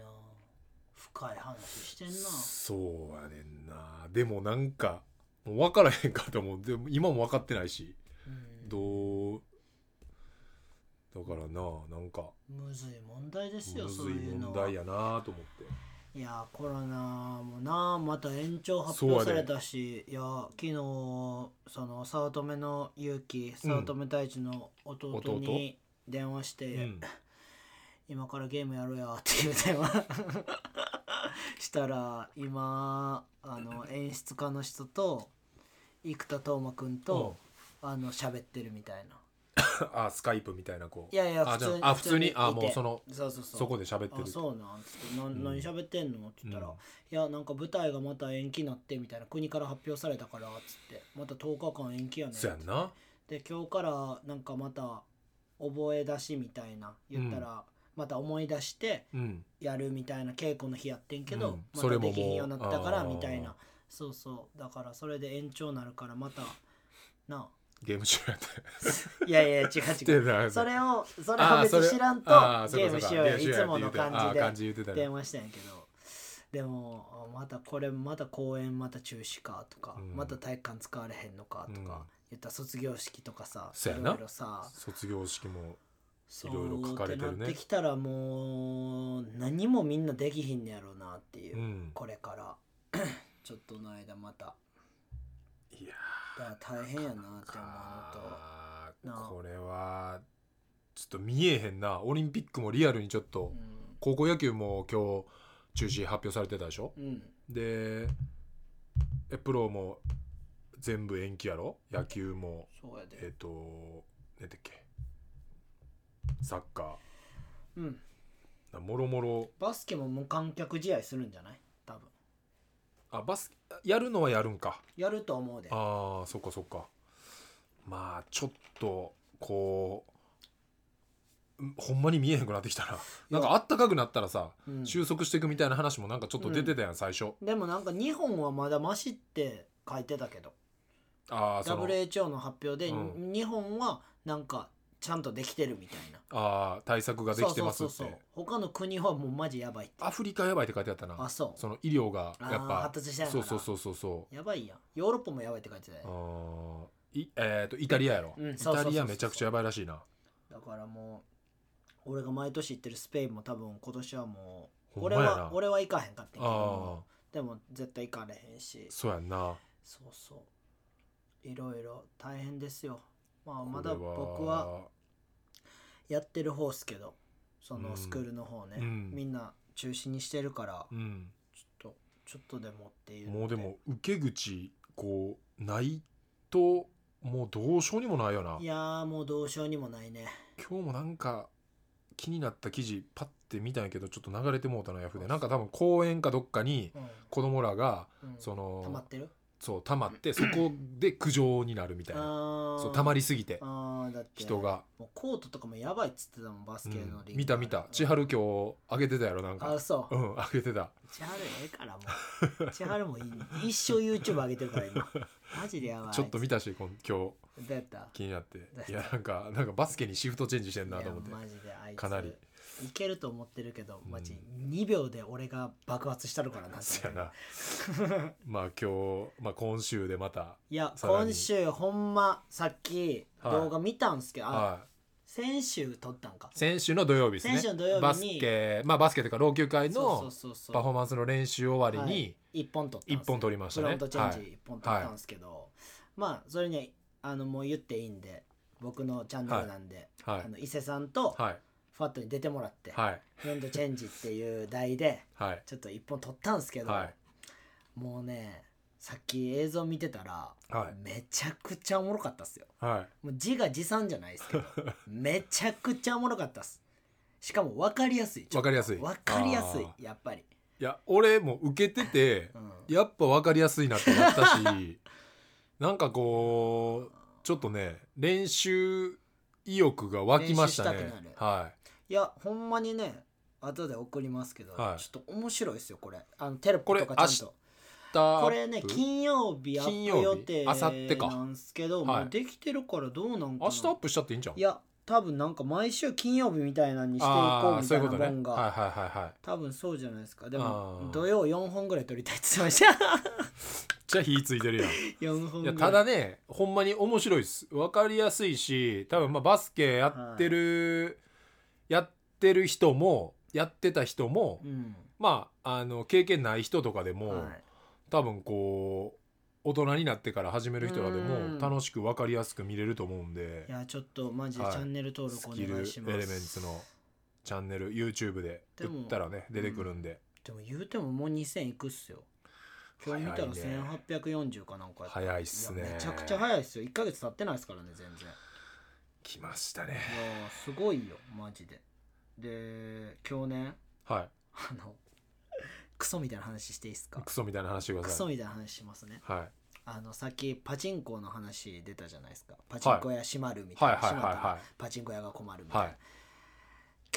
Speaker 1: 深い話してんな
Speaker 2: そうやねんなでもなんかもう分からへんかと思うでも今も分かってないし
Speaker 1: うん
Speaker 2: どうだからななんか
Speaker 1: むずい問題ですよ
Speaker 2: む
Speaker 1: そう
Speaker 2: ずい
Speaker 1: いうの
Speaker 2: 問
Speaker 1: は
Speaker 2: 題やなと思って
Speaker 1: いやーコロナもなまた延長発
Speaker 2: そうや
Speaker 1: 表
Speaker 2: で
Speaker 1: されたしいやー昨日その早乙女の勇気早乙女太一の弟に電話して、
Speaker 2: うん
Speaker 1: 今からゲームやろうやっていう電話 したら今あの演出家の人と生田斗真君と、あの喋ってるみたいな
Speaker 2: うんあスカイプみたいなこう
Speaker 1: いやいや
Speaker 2: あ
Speaker 1: 普
Speaker 2: じゃ
Speaker 1: 通に
Speaker 2: ああ普通に
Speaker 1: いて
Speaker 2: あもうその
Speaker 1: そうそうそう
Speaker 2: そこで喋って
Speaker 1: あ
Speaker 2: る
Speaker 1: そうなんつってな
Speaker 2: うん
Speaker 1: 何喋ってんのって言ったら、
Speaker 2: うん
Speaker 1: いやなんか舞台がまた延期になってみたいな国から発表されたからっつってまた10日間延期やねん
Speaker 2: そうやんな
Speaker 1: で今日からなんかまた覚え出しみたいな言ったら、また思い出して
Speaker 2: うん
Speaker 1: やるみたいな稽古の日やってんけど、
Speaker 2: うん
Speaker 1: ま
Speaker 2: それ
Speaker 1: た
Speaker 2: ももう
Speaker 1: できひんようになったから
Speaker 2: あー
Speaker 1: みたいなそうそうだからそれで延長なるからまた な
Speaker 2: ゲーム中やって
Speaker 1: あいやいや違う 違う
Speaker 2: で
Speaker 1: それをそれ
Speaker 2: あ
Speaker 1: は
Speaker 2: ー
Speaker 1: 別
Speaker 2: それ
Speaker 1: に知らんと
Speaker 2: あそう
Speaker 1: ゲー
Speaker 2: か
Speaker 1: ム
Speaker 2: そうか
Speaker 1: しようよい
Speaker 2: ゲームし
Speaker 1: つ
Speaker 2: よ
Speaker 1: も
Speaker 2: う
Speaker 1: の
Speaker 2: やって言うて
Speaker 1: 感じ
Speaker 2: あ
Speaker 1: で
Speaker 2: 感じ言ってたね
Speaker 1: 電話したんやけどでもあまたこれまた公演また中止かとか、
Speaker 2: うん
Speaker 1: また体育館使われへんのかとか、
Speaker 2: うん
Speaker 1: 言ったら卒業式とかさ
Speaker 2: そ
Speaker 1: いう
Speaker 2: やな
Speaker 1: ろいろさ
Speaker 2: 卒業式も
Speaker 1: そ
Speaker 2: いろいろ書かれてるね
Speaker 1: うってなってきたらもう何もみんなできひんねやろうなっていう、
Speaker 2: うん
Speaker 1: これから ちょっとの間また
Speaker 2: いや
Speaker 1: だから大変やなって思うのと
Speaker 2: か
Speaker 1: なあ
Speaker 2: これはちょっと見えへんなオリンピックもリアルにちょっと高校野球も今日中止発表されてたでしょ
Speaker 1: うん、うん、
Speaker 2: でえプロも全部延期やろ野球も
Speaker 1: そうや
Speaker 2: え
Speaker 1: で
Speaker 2: っ、と何だっけサッカ
Speaker 1: うん
Speaker 2: ーもろもろ
Speaker 1: バスケも無観客試合するんじゃない多分
Speaker 2: あバスやるのはやるんか
Speaker 1: やると思うで
Speaker 2: あーそっかそっかまあちょっとこうんほんまに見えへんくなってきたななんかあったかくなったらさ
Speaker 1: うん
Speaker 2: 収束していくみたいな話もなんかちょっと出てたやん、最初
Speaker 1: でもなんか日本はまだマシって書いてたけど
Speaker 2: ああその
Speaker 1: WHO の発表で、
Speaker 2: う
Speaker 1: 日本はなんかちゃんとできてるみたいな
Speaker 2: ああ対策ができてますって
Speaker 1: そうそうそうそう他の国はもうマジやばいって
Speaker 2: アフリカやばいって書いてあったな
Speaker 1: あそう
Speaker 2: その医療がやっ
Speaker 1: あー
Speaker 2: ぱ
Speaker 1: 発達してない
Speaker 2: そ
Speaker 1: の
Speaker 2: う
Speaker 1: かな
Speaker 2: そうそうそうそう
Speaker 1: やばいやんヨーロッパもやばいって書いてたよ
Speaker 2: あーいえっ、とイタリアやろ、
Speaker 1: うん
Speaker 2: イ
Speaker 1: そうそうそう
Speaker 2: タ
Speaker 1: そう
Speaker 2: リアめちゃくちゃやばいらしいな
Speaker 1: だからもう俺が毎年行ってるスペインも多分今年はもう
Speaker 2: ほん
Speaker 1: 俺
Speaker 2: まやな
Speaker 1: は俺は行かへんかったけ
Speaker 2: ああ
Speaker 1: どでも絶対行かれへんし
Speaker 2: そうやんな
Speaker 1: そうそういろいろ大変ですよまあまだ
Speaker 2: これ
Speaker 1: 僕はやってる方っすけどそのスクールの方ね、
Speaker 2: うん
Speaker 1: みんな中止にしてるから
Speaker 2: うん
Speaker 1: ちょっとちょっとでもっていうの
Speaker 2: もうでも受け口こうないともうどうしようにもないよない
Speaker 1: やーもうどうしようにもないね
Speaker 2: 今日もなんか気になった記事パッて見たんやけどちょっと流れてもうたなヤフーでなんか多分公園かどっかに
Speaker 1: うん、
Speaker 2: 子供らが
Speaker 1: うん、
Speaker 2: そ
Speaker 1: 溜ま
Speaker 2: の
Speaker 1: ってる
Speaker 2: そう溜まってそこで苦情になるみたいな
Speaker 1: あ
Speaker 2: そう溜ま
Speaker 1: り
Speaker 2: りすぎて
Speaker 1: あーだって
Speaker 2: 人が、
Speaker 1: もうコートとかもやばいっつってたもんバス
Speaker 2: うん
Speaker 1: ケのリーグ、
Speaker 2: 見た見た千春今日あげてたやろなん
Speaker 1: あ
Speaker 2: か
Speaker 1: そう
Speaker 2: うんあげてた
Speaker 1: 千春ええからもう千春もいい一生 YouTube 上げてるから 今マジでやばい
Speaker 2: ちょっと見たしこん今日
Speaker 1: どうやった
Speaker 2: 気になって
Speaker 1: だって
Speaker 2: いやなんかなんかバスケにシフトチェンジしてんなと思って
Speaker 1: いやマジであいつ
Speaker 2: かなり
Speaker 1: いけると思ってるけど
Speaker 2: うん
Speaker 1: マジ2秒で俺が爆発したるからな
Speaker 2: そうやな まあ今日、まあ、今週でまた
Speaker 1: いや
Speaker 2: さらに
Speaker 1: 今週ほんまさっき
Speaker 2: はい
Speaker 1: 動画見たんすけど、あ
Speaker 2: はい
Speaker 1: 先週撮ったんか
Speaker 2: 先週の土曜日ですね
Speaker 1: 先週の土曜日に
Speaker 2: バスケまあバスケというか老朽会
Speaker 1: そう
Speaker 2: の
Speaker 1: そうそうそう
Speaker 2: パフォーマンスの練習終わりに
Speaker 1: はい、1本撮ったんすよ
Speaker 2: 1本取りまし
Speaker 1: フ
Speaker 2: た
Speaker 1: ロ
Speaker 2: ね
Speaker 1: ントチェンジ1本取ったんですけど、まあそれにあのもう言っていいんで僕のチャンネルなんで、
Speaker 2: はい
Speaker 1: あの伊勢さんと
Speaker 2: はい
Speaker 1: ファットに出てもらって、
Speaker 2: はい
Speaker 1: フロントチェンジっていう題で
Speaker 2: はい
Speaker 1: ちょっと1本取ったんですけど、
Speaker 2: はい
Speaker 1: もうねさっき映像見てたら、
Speaker 2: はい
Speaker 1: めちゃくちゃおもろかったっすよ
Speaker 2: はい
Speaker 1: もう字が持参じゃないです けどめちゃくちゃおもろかったっすしかも分かりやすい
Speaker 2: わかりやすい
Speaker 1: 分かりやす
Speaker 2: あ
Speaker 1: いやっぱり、
Speaker 2: いや俺も受けてて
Speaker 1: うん、
Speaker 2: やっぱわかりやすいなってなった しなんかこうちょっとね練習意欲が湧きました
Speaker 1: 練習し
Speaker 2: ね
Speaker 1: たくなる
Speaker 2: はい
Speaker 1: やほんまにね後で送りますけど、
Speaker 2: はい
Speaker 1: ちょっと面白いですよこれあのテロッ
Speaker 2: こ
Speaker 1: プ
Speaker 2: れ
Speaker 1: とかちゃんと
Speaker 2: いだ
Speaker 1: これね金曜日ア
Speaker 2: 金
Speaker 1: ッ
Speaker 2: 曜
Speaker 1: プ
Speaker 2: 日
Speaker 1: 予定
Speaker 2: 明後日か
Speaker 1: なんですけど
Speaker 2: はい
Speaker 1: もうできてるからどうなんかな
Speaker 2: 明日アップしちゃっていいんじゃん
Speaker 1: いや多分なんか毎週金曜日みたいなのにしていこ
Speaker 2: あ
Speaker 1: う
Speaker 2: ー
Speaker 1: み
Speaker 2: そ
Speaker 1: た
Speaker 2: うい
Speaker 1: いうな
Speaker 2: ことねはい
Speaker 1: 本が、
Speaker 2: はいはいはい
Speaker 1: 多分そうじゃないですかで
Speaker 2: あ
Speaker 1: も
Speaker 2: ー
Speaker 1: 土曜4本ぐらい撮りたいって言ってました
Speaker 2: じゃあ火ついてるやん
Speaker 1: 4本
Speaker 2: い
Speaker 1: ぐら
Speaker 2: や
Speaker 1: い
Speaker 2: ただねほんまに面白いです分かりやすいし多分まあバスケやってる、やってる人もやってた人も、
Speaker 1: うん
Speaker 2: まああの経験ない人とかでも、
Speaker 1: はい
Speaker 2: 多分こう大人になってから始める人らで
Speaker 1: うん
Speaker 2: も楽しく分かりやすく見れると思うんで
Speaker 1: いやちょっとマジで
Speaker 2: はい
Speaker 1: チャンネル登
Speaker 2: ス
Speaker 1: 録お
Speaker 2: キル
Speaker 1: 願いします、
Speaker 2: エレメンツのチャンネル YouTube で
Speaker 1: でも
Speaker 2: 打ったらね出てくるんで、
Speaker 1: でも言うてももう2000いくっすよ今日見たら
Speaker 2: 早いね
Speaker 1: 1840かなんかやった
Speaker 2: 早いっすね
Speaker 1: いやめちゃくちゃ早いっすよ1ヶ月経ってないですからね全然
Speaker 2: 来ましたね
Speaker 1: いやーすごいよマジでで去年
Speaker 2: は
Speaker 1: あの クソみたいな話していいです
Speaker 2: い
Speaker 1: か
Speaker 2: クソみたいな話してくだ
Speaker 1: ク
Speaker 2: さ
Speaker 1: ソ
Speaker 2: い
Speaker 1: みたいな話しますね
Speaker 2: はい
Speaker 1: あのさっきパチンコの話出たじゃないですかパチンコ屋閉まるみたい
Speaker 2: はい
Speaker 1: な、
Speaker 2: は
Speaker 1: 閉まっ
Speaker 2: いはい
Speaker 1: たら
Speaker 2: は
Speaker 1: パチンコ屋が困るみ
Speaker 2: い
Speaker 1: たいな、
Speaker 2: はい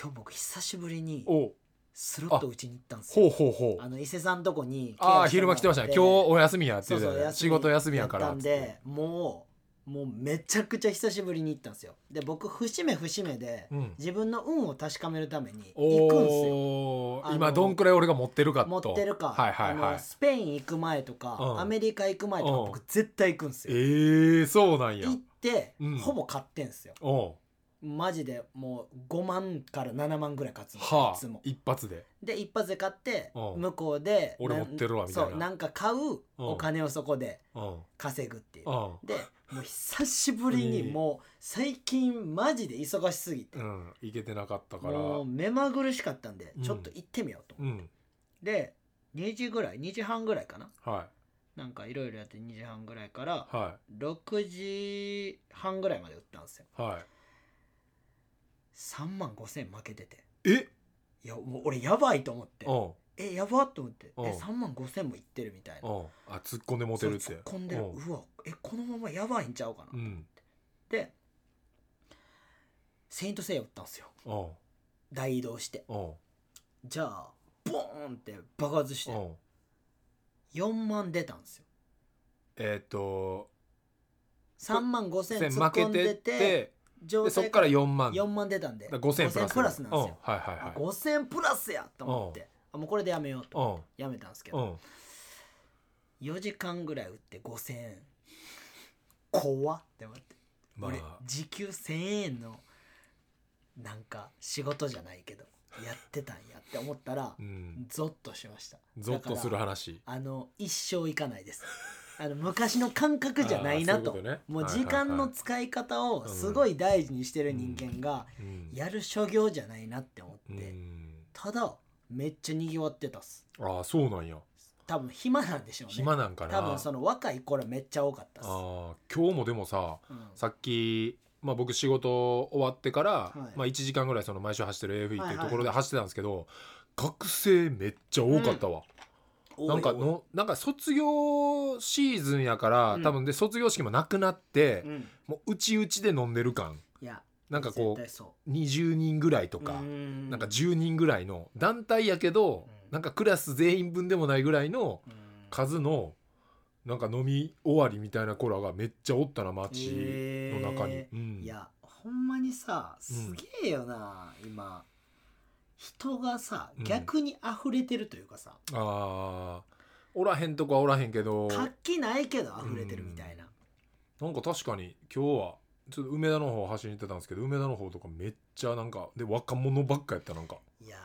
Speaker 1: 今日僕久しぶりに
Speaker 2: お
Speaker 1: スロット打ちに行ったんです
Speaker 2: ほう
Speaker 1: よ
Speaker 2: ほうほう
Speaker 1: あの伊勢さんとこに
Speaker 2: ああ昼間来てましたね今日お休みやって
Speaker 1: そ
Speaker 2: 言
Speaker 1: う
Speaker 2: って
Speaker 1: そ
Speaker 2: た
Speaker 1: う
Speaker 2: よね仕事休みやから
Speaker 1: ったんでもうもうめちゃくちゃ久しぶりに行ったんですよで僕節目節目で
Speaker 2: うん
Speaker 1: 自分の運を確かめるために行くんですよ
Speaker 2: お
Speaker 1: あの
Speaker 2: ー今どんくらい俺が持ってるかと
Speaker 1: 持ってるか、
Speaker 2: はいはいは
Speaker 1: あの
Speaker 2: い
Speaker 1: スペイン行く前とか、
Speaker 2: うん
Speaker 1: アメリカ行く前とか
Speaker 2: うん
Speaker 1: 僕絶対行くんです
Speaker 2: え
Speaker 1: よ
Speaker 2: ー、そうなんや
Speaker 1: 行って、
Speaker 2: うん
Speaker 1: ほぼ買ってんすよ
Speaker 2: おう
Speaker 1: マジでもう5万から7万ぐらい勝つんですよ
Speaker 2: はい
Speaker 1: つ
Speaker 2: あ
Speaker 1: も
Speaker 2: 一発で
Speaker 1: で一発で買って
Speaker 2: うん
Speaker 1: 向こうで
Speaker 2: 俺
Speaker 1: なん
Speaker 2: 持ってるわみたいな
Speaker 1: そうなんか買うお金をそこで
Speaker 2: うん
Speaker 1: 稼ぐっていう
Speaker 2: うん
Speaker 1: でもう久しぶりに
Speaker 2: いい
Speaker 1: もう最近マジで忙しすぎて
Speaker 2: うん行けてなかったから
Speaker 1: もう
Speaker 2: う
Speaker 1: 目まぐるしかったんで
Speaker 2: うん
Speaker 1: ちょっと行ってみようと思って、
Speaker 2: ん
Speaker 1: で2時ぐらい2時半ぐらいかな
Speaker 2: は
Speaker 1: なんかいろいろやって2時半ぐらいから
Speaker 2: いは
Speaker 1: 6時半ぐらいまで打ったんですよ
Speaker 2: いは
Speaker 1: 3万5千負けてて
Speaker 2: いえ
Speaker 1: いやもう俺やばいと思って
Speaker 2: うん
Speaker 1: えやばっと思って
Speaker 2: うん
Speaker 1: え3万5千もいってるみたいな
Speaker 2: うんあ突っ込んでモテるって
Speaker 1: そう突っ込んでる
Speaker 2: うん
Speaker 1: うわえこのままやばいんちゃうかな、
Speaker 2: うん
Speaker 1: でセイントセイヤ打ったんですよ
Speaker 2: うん
Speaker 1: 大移動して
Speaker 2: うん
Speaker 1: じゃあボーンって爆発して
Speaker 2: うん
Speaker 1: 4万出たんですよ
Speaker 2: えーっと
Speaker 1: 3万5千
Speaker 2: 千
Speaker 1: 突っ
Speaker 2: 負け
Speaker 1: 込んで
Speaker 2: て
Speaker 1: て
Speaker 2: て
Speaker 1: 状
Speaker 2: で
Speaker 1: 態
Speaker 2: そっから4万
Speaker 1: 4万出たんで
Speaker 2: だから5000プラス
Speaker 1: プラスなんですよ、
Speaker 2: うん、はいはいはい
Speaker 1: 5000プラスやと思ってあもうこれでやめようと
Speaker 2: う
Speaker 1: やめたんですけ
Speaker 2: ん
Speaker 1: ど
Speaker 2: うん
Speaker 1: 4時間ぐらい打って5000円怖っって思って、
Speaker 2: ま
Speaker 1: 俺
Speaker 2: あ
Speaker 1: 時給1000円のなんか仕事じゃないけどやってたんやって思ったら
Speaker 2: うん
Speaker 1: ゾッとしました
Speaker 2: ゾッとする
Speaker 1: だから
Speaker 2: 話
Speaker 1: あの一生いかないですあの昔の感覚じゃないなと
Speaker 2: あーそういうことね
Speaker 1: もう
Speaker 2: はいはい
Speaker 1: 時
Speaker 2: はい
Speaker 1: 間の使い方をすごい大事にしてる人間が
Speaker 2: うん
Speaker 1: やる所業じゃないなって思
Speaker 2: う
Speaker 1: って
Speaker 2: ん
Speaker 1: ただめっちゃ賑わってたっす
Speaker 2: ああそうなんや
Speaker 1: 多分暇なんでしょうね
Speaker 2: 暇なんかな
Speaker 1: 多分その若い頃めっちゃ多かったっす
Speaker 2: あー今日もでもさ
Speaker 1: うん
Speaker 2: さっき、まあ、僕仕事終わってから、
Speaker 1: い
Speaker 2: まあ、1時間ぐらいその毎週走ってる AFE って
Speaker 1: はい
Speaker 2: いう
Speaker 1: はい
Speaker 2: ところで走ってたんですけど、学生めっちゃ多かったわ、
Speaker 1: 多い
Speaker 2: なんか
Speaker 1: 多い
Speaker 2: のなんか卒業シーズンやから、
Speaker 1: うん
Speaker 2: 多分で卒業式もなくなって、
Speaker 1: うん
Speaker 2: もううちうちで飲んでる感
Speaker 1: いや
Speaker 2: なんかこ
Speaker 1: 絶対そう
Speaker 2: 20人ぐらいと
Speaker 1: う
Speaker 2: か、
Speaker 1: な
Speaker 2: なんか10人ぐらいの団体やけど、
Speaker 1: うん
Speaker 2: なんかクラス全員分でもないぐらいの数のなんか飲み終わりみたいな子らがめっちゃおったな街の中に。うん
Speaker 1: いやほんまにさすげえよな、今人がさ
Speaker 2: うん
Speaker 1: 逆に溢れてるというかさ、
Speaker 2: あーおらへんとこはおらへんけど
Speaker 1: 活気ないけど溢れてるみたいな、
Speaker 2: なんか確かに今日はちょっと梅田の方走りに行ってたんですけど梅田の方とかめっちゃなんかで若者ばっかやったなんか
Speaker 1: いや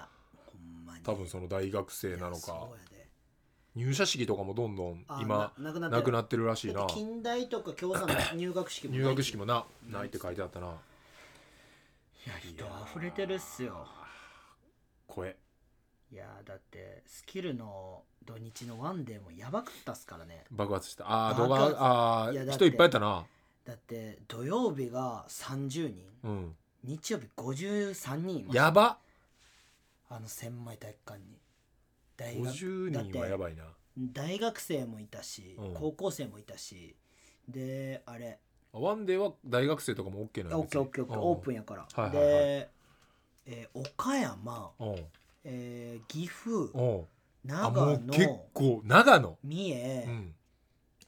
Speaker 1: ほんまに
Speaker 2: 多分その大学生なの
Speaker 1: いや
Speaker 2: か
Speaker 1: そうやで
Speaker 2: 入社式とかもどんどん
Speaker 1: あ
Speaker 2: 今
Speaker 1: なくな
Speaker 2: なく
Speaker 1: っ
Speaker 2: なってるら
Speaker 1: て
Speaker 2: しい
Speaker 1: る
Speaker 2: な
Speaker 1: だって近代とか共 産の入学式も
Speaker 2: 入学式も
Speaker 1: い
Speaker 2: なないって書いてあったな
Speaker 1: や人溢れてるっすよ
Speaker 2: 声
Speaker 1: いやだってスキルの土日のワンデーもやばかったっすからね
Speaker 2: 爆発したああ動
Speaker 1: 爆
Speaker 2: 画
Speaker 1: 発
Speaker 2: ああ
Speaker 1: いやだって
Speaker 2: 人いっぱいやったな
Speaker 1: だって土曜日が30人
Speaker 2: うん
Speaker 1: 日曜日53人いました
Speaker 2: やば
Speaker 1: あの千枚体育館に大学
Speaker 2: 50人はやばいな
Speaker 1: 大学生もいたし、
Speaker 2: うん
Speaker 1: 高校生もいたしであれ
Speaker 2: あワンデーは大学生とかも OK なん
Speaker 1: オッケーオッケーオッケーオープン
Speaker 2: ン
Speaker 1: やから、
Speaker 2: はいはいはい
Speaker 1: で、えー岡山、
Speaker 2: うん
Speaker 1: えー岐阜
Speaker 2: うんあも
Speaker 1: 長
Speaker 2: う結
Speaker 1: 野
Speaker 2: 構長野
Speaker 1: 三重、
Speaker 2: うん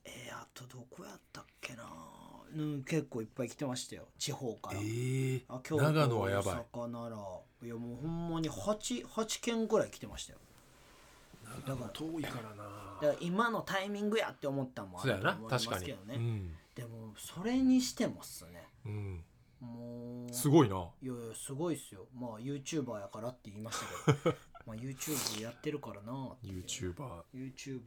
Speaker 1: えーあとどこやったっけなうん結構いっぱい来てましたよ地方から、
Speaker 2: ええ
Speaker 1: あ京都
Speaker 2: 長野はやばい
Speaker 1: 大阪ならいやもうほんまに 8, 8軒ぐらい来てましたよだから
Speaker 2: 遠いから
Speaker 1: だか
Speaker 2: な
Speaker 1: ら今のタイミングやって思ったんもあ
Speaker 2: そうや
Speaker 1: ると
Speaker 2: な
Speaker 1: 思いま
Speaker 2: 確か
Speaker 1: す
Speaker 2: に
Speaker 1: けどね、
Speaker 2: うん、
Speaker 1: でもそれにしてもっすね
Speaker 2: うん、
Speaker 1: もう
Speaker 2: すごいない
Speaker 1: やいやすごいっすよまあ YouTuber やからって言いましたけど まあ YouTube やってるからなっていう
Speaker 2: YouTuber
Speaker 1: YouTuber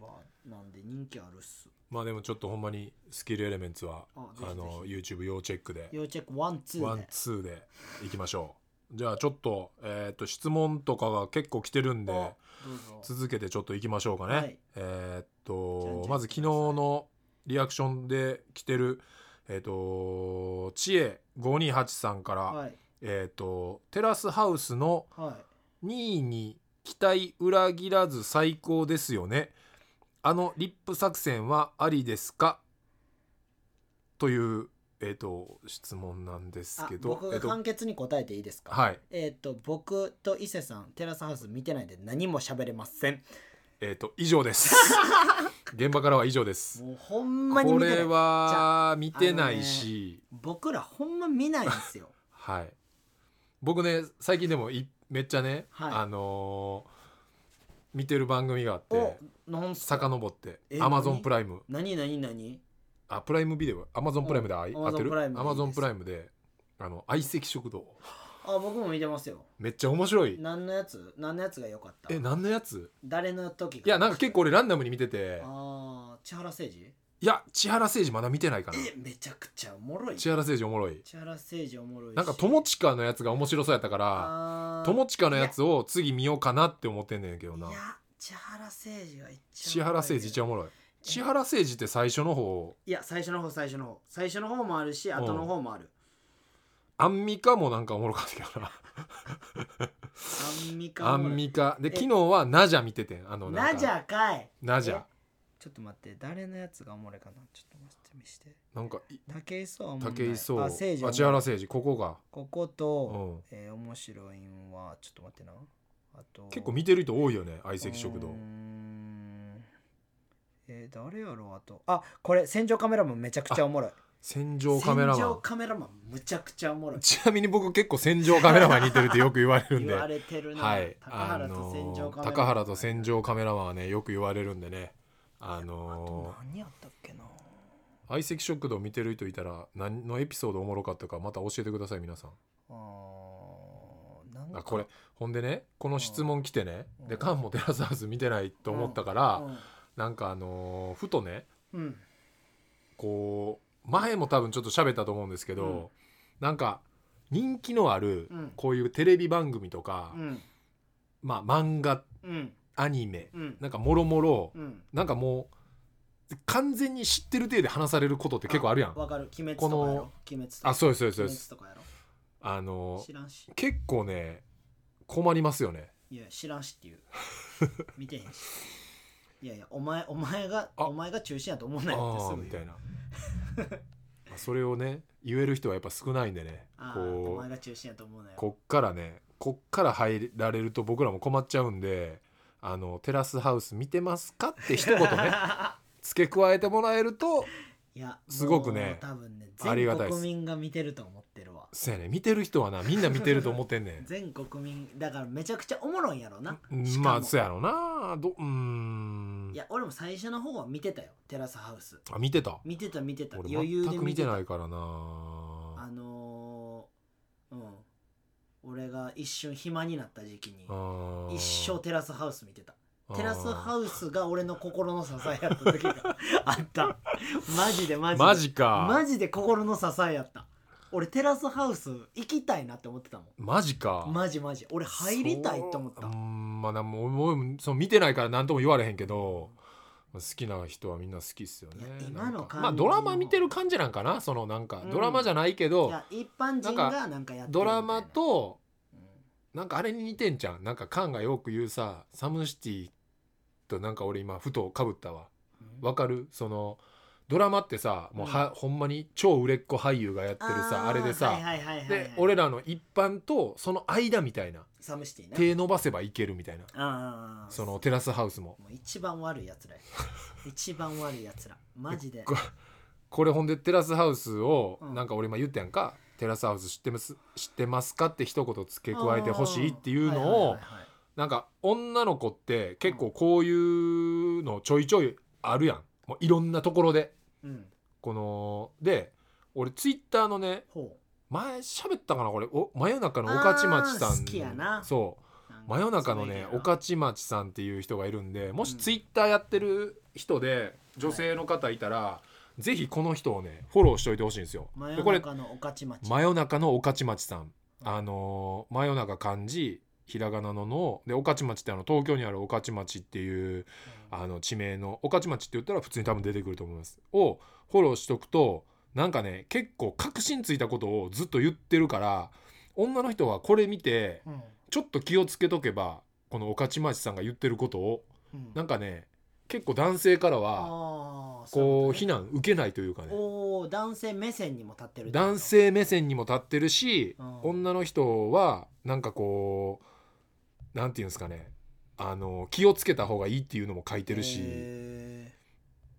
Speaker 1: なんで人気あるっす
Speaker 2: まあでもちょっとほんまにスキルエレメンツは
Speaker 1: あ
Speaker 2: あ
Speaker 1: ぜひぜひ
Speaker 2: の YouTube 要チェックで
Speaker 1: 要チェックワンツ
Speaker 2: ワ
Speaker 1: ー
Speaker 2: ン
Speaker 1: で
Speaker 2: ツーでいきましょうじゃあちょっと,、えー、と質問とかが結構来てるんで
Speaker 1: あどうぞ
Speaker 2: 続けてちょっといきましょうかね、
Speaker 1: はい
Speaker 2: えーっ
Speaker 1: じゃんじゃん
Speaker 2: とまず昨日のリアクションで来てるえーっと知恵528さんから、
Speaker 1: はい
Speaker 2: えーっとテラスハウスの
Speaker 1: はい
Speaker 2: 2位に期待裏切らず最高ですよねあのリップ作戦はありですかというえーっと質問なんです
Speaker 1: あ
Speaker 2: けど
Speaker 1: 僕が簡潔に答えていいです
Speaker 2: えーっと
Speaker 1: か
Speaker 2: はい
Speaker 1: えっと僕と伊勢さんテラスハウス見てないんで何も喋れません
Speaker 2: えーっと以上です 現場からは以上です
Speaker 1: もうほんまに
Speaker 2: こ
Speaker 1: 見てな
Speaker 2: れ
Speaker 1: い
Speaker 2: は見てないし、
Speaker 1: 僕らほんま見ないんですよ
Speaker 2: はい僕ね最近でもいめっちゃね、
Speaker 1: はい
Speaker 2: あのー見てる番組があって
Speaker 1: おなんすか
Speaker 2: 遡って
Speaker 1: え
Speaker 2: Amazon プライム
Speaker 1: 何何何
Speaker 2: あプライムビデオ Amazon プライムであい
Speaker 1: うん
Speaker 2: 合って
Speaker 1: Amazon
Speaker 2: る
Speaker 1: プライム
Speaker 2: Amazon
Speaker 1: でいいです
Speaker 2: プライムであの相席食堂
Speaker 1: あ僕も見てますよ
Speaker 2: めっちゃ面白い
Speaker 1: 何のやつ何のやつが良かった
Speaker 2: え何のやつ
Speaker 1: 誰の時が
Speaker 2: いやなんか結構俺ランダムに見てて
Speaker 1: ああ千原誠二
Speaker 2: いや千原誠二まだ見てないかな
Speaker 1: えめちゃくちゃおもろい
Speaker 2: 千
Speaker 1: 千
Speaker 2: 原誠二おもろい
Speaker 1: 原誠二おもろいし
Speaker 2: なんか友近のやつが面白そうやったから
Speaker 1: あー
Speaker 2: 友近のやつを次見ようかなって思ってんねんけどない
Speaker 1: や千原誠二が一番
Speaker 2: 千原誠二一番おもろい千原誠二って最初の方
Speaker 1: いや最初の方最初の方最初の方もあるし
Speaker 2: ん
Speaker 1: 後の方もある
Speaker 2: アンミカもなんかおもろかったけどな
Speaker 1: アンミカ
Speaker 2: ア
Speaker 1: も
Speaker 2: ンミカで
Speaker 1: え
Speaker 2: 昨日はナジャ見ててんあのなん
Speaker 1: ナ
Speaker 2: か
Speaker 1: ジャかい
Speaker 2: ナジャ
Speaker 1: えちょっと待って誰のやつがおもろいかなちょっと待って見して
Speaker 2: なんかい
Speaker 1: 武井壮はおもろない
Speaker 2: 武井壮
Speaker 1: あ
Speaker 2: あ
Speaker 1: 誠
Speaker 2: 千
Speaker 1: 治
Speaker 2: 原誠二ここが
Speaker 1: ここ
Speaker 2: う
Speaker 1: と、
Speaker 2: ん
Speaker 1: えー面白いんはちょっと待ってなあと
Speaker 2: 結構見てる人多いよね相席食
Speaker 1: うー
Speaker 2: 堂
Speaker 1: んえー誰やろうあとあこれ戦場カメラマンめちゃくちゃおもろい
Speaker 2: 戦場カメラ
Speaker 1: 戦
Speaker 2: マ
Speaker 1: 場
Speaker 2: ン
Speaker 1: カメラマンむちゃくちゃおもろい
Speaker 2: ちなみに僕結構戦場カメラマンに似てるってよく言われるん
Speaker 1: 言
Speaker 2: で
Speaker 1: われてるな、
Speaker 2: はい
Speaker 1: 高原と戦場カメラマン
Speaker 2: あのー高原と戦場カメラマンはねよく言われるんでねあのー
Speaker 1: 何やったっけな
Speaker 2: 相席食堂見てる人いたら何のエピソードおもろかったかまた教えてください皆さん
Speaker 1: あーなんか
Speaker 2: あこれほんでねこの質問来てね、
Speaker 1: うん
Speaker 2: でカンもテラスハウス見てないと思ったから、なんかあのーふとね
Speaker 1: うん、うん
Speaker 2: こう前も多分ちょっと喋ったと思うんですけど、
Speaker 1: うん
Speaker 2: なんか人気のある
Speaker 1: うん
Speaker 2: こういうテレビ番組とか、
Speaker 1: うん
Speaker 2: まあ漫画
Speaker 1: うん
Speaker 2: アニメ
Speaker 1: うん
Speaker 2: なんかもろもろ
Speaker 1: うん
Speaker 2: なんかもう完全に知ってる体で話されることって結構あるやんあ
Speaker 1: わかる鬼滅とかやろ
Speaker 2: この
Speaker 1: 鬼滅とか
Speaker 2: そうですそう
Speaker 1: 鬼
Speaker 2: ですそうで
Speaker 1: 滅
Speaker 2: す
Speaker 1: とかやろ
Speaker 2: あの
Speaker 1: 知らんし
Speaker 2: 結構ね困りますよね
Speaker 1: いや知らんしっていう 見てへんしいやいやお前お前が
Speaker 2: あ
Speaker 1: お前が中心やと思う
Speaker 2: あ
Speaker 1: なよってす
Speaker 2: ー
Speaker 1: ぐ
Speaker 2: みた
Speaker 1: 言
Speaker 2: いうな まあそれをね言える人はやっぱ少ないんでね
Speaker 1: あーお
Speaker 2: こ
Speaker 1: 前
Speaker 2: う
Speaker 1: が中心やと思うなよ
Speaker 2: こっからねこっから入られると僕らも困っちゃうんであのテラスハウス見てますかって一言ね付け加えてもらえると
Speaker 1: いや
Speaker 2: すごくね
Speaker 1: もう多分ね
Speaker 2: ありが
Speaker 1: 全
Speaker 2: たいです
Speaker 1: 国民が見てると思ってるわ
Speaker 2: そうやね見てる人はなみんな見てると思ってんねん
Speaker 1: 全国民だからめちゃくちゃおもろいんやろな し
Speaker 2: うん
Speaker 1: かも
Speaker 2: まあそうやろなどうーん
Speaker 1: いや俺も最初の方は見てたよテラスハウス
Speaker 2: あ見てた
Speaker 1: 見てた見てた
Speaker 2: 俺
Speaker 1: 余裕で
Speaker 2: 全く見て
Speaker 1: た
Speaker 2: ないからな
Speaker 1: あのーうん俺が一瞬暇になった時期に
Speaker 2: あー
Speaker 1: 一生テラスハウス見てた
Speaker 2: あー
Speaker 1: テラスハウスが俺の心の支えやった時 があったマジでマジで
Speaker 2: マジか
Speaker 1: マジで心の支えやった俺テラスハウス行きたいなって思ってたも
Speaker 2: マジか
Speaker 1: んマジマジ俺入りたいと思った
Speaker 2: そううーんまあでももうその見てないから何とも言われへんけど好きな人はみんな好きっすよね
Speaker 1: いや今の
Speaker 2: なんか
Speaker 1: 感じ
Speaker 2: まあドラマ見てる感じなんかなそのなんか
Speaker 1: うん
Speaker 2: ドラマじゃないけ
Speaker 1: い
Speaker 2: ど、
Speaker 1: や一般人がなんかやってるみたいな
Speaker 2: ドラマ、と
Speaker 1: うん
Speaker 2: なんかあれに似てんじゃんなんかカンがよく言うさサムシティとなんか俺今ふとかぶったわわかるそのドラマってさもうは、ほんまに超売れっ子俳優がやってるさあ
Speaker 1: ー
Speaker 2: れでさ、
Speaker 1: はいはいはいはいはい
Speaker 2: で俺らの一般とその間みたいな
Speaker 1: サムシティね
Speaker 2: 手伸ばせばいけるみたいな
Speaker 1: ああ
Speaker 2: そのテラスハウスも
Speaker 1: もう一番悪いやつ らや一番悪いやつらマジで
Speaker 2: ここれほんでテラスハウスを
Speaker 1: うん
Speaker 2: なんか俺今言ったやんか、テラスハウス知ってます知ってますかって一言付け加えてほしいっていうの
Speaker 1: あーはいはい
Speaker 2: を
Speaker 1: はいはい
Speaker 2: なんか女の子って結構こういうのちょいちょいあるやんもういろんなところで
Speaker 1: うん
Speaker 2: こので俺ツイッターのね
Speaker 1: ほ
Speaker 2: 前喋ったかなこれお真夜中の御徒町さ
Speaker 1: あ
Speaker 2: ん
Speaker 1: ー好きやな
Speaker 2: そう
Speaker 1: うなんか
Speaker 2: 真夜中の
Speaker 1: す
Speaker 2: ね
Speaker 1: ごい
Speaker 2: 御
Speaker 1: な
Speaker 2: 徒町さんっていう人がいるんでも
Speaker 1: う
Speaker 2: し
Speaker 1: ん
Speaker 2: ツイッターやってる人で女性の方いたら、ぜひこの人をねフォローしといてほしいんですよ。
Speaker 1: 真
Speaker 2: で
Speaker 1: 夜
Speaker 2: これ
Speaker 1: 中の御徒町
Speaker 2: 真夜中の御徒町さん、あのー真夜中漢字ひらがなのので御徒町ってあの東京にある御徒町っていうあの地名の御徒町って言ったら普通に多分出てくると思いますをフォローしとくとなんかね結構確信ついたことをずっと言ってるから女の人はこれ見て
Speaker 1: うん
Speaker 2: ちょっと気をつけとけばこの御徒町さんが言ってることを
Speaker 1: うん
Speaker 2: なんかね結構男性からは
Speaker 1: あー
Speaker 2: こ
Speaker 1: そ
Speaker 2: う非
Speaker 1: いこ
Speaker 2: 難受けないというか
Speaker 1: とね
Speaker 2: ね
Speaker 1: おー男性目線にも立ってるってこと
Speaker 2: 男性目線にも立ってるし
Speaker 1: うん
Speaker 2: 女の人はなんかこうなんていうんですかねあの気をつけた方がいいっていうのも書いてるし
Speaker 1: へ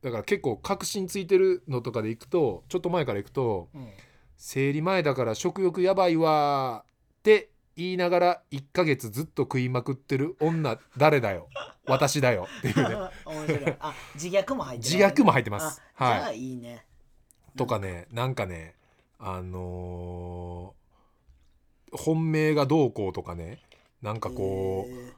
Speaker 2: だから結構確信ついてるのとかでいくとちょっと前からいくと
Speaker 1: ーうん
Speaker 2: 生理前だから食欲やばいわーって言いながら1ヶ月ずっと食いまくってる女誰だよ私だよっていうね
Speaker 1: 面白いあ自虐も入って
Speaker 2: 自
Speaker 1: る
Speaker 2: 虐も入ってます
Speaker 1: あじゃ
Speaker 2: は
Speaker 1: あ
Speaker 2: い
Speaker 1: いいね
Speaker 2: とかねなんかねあのー本命がどうこうとかねなんかこう、
Speaker 1: へ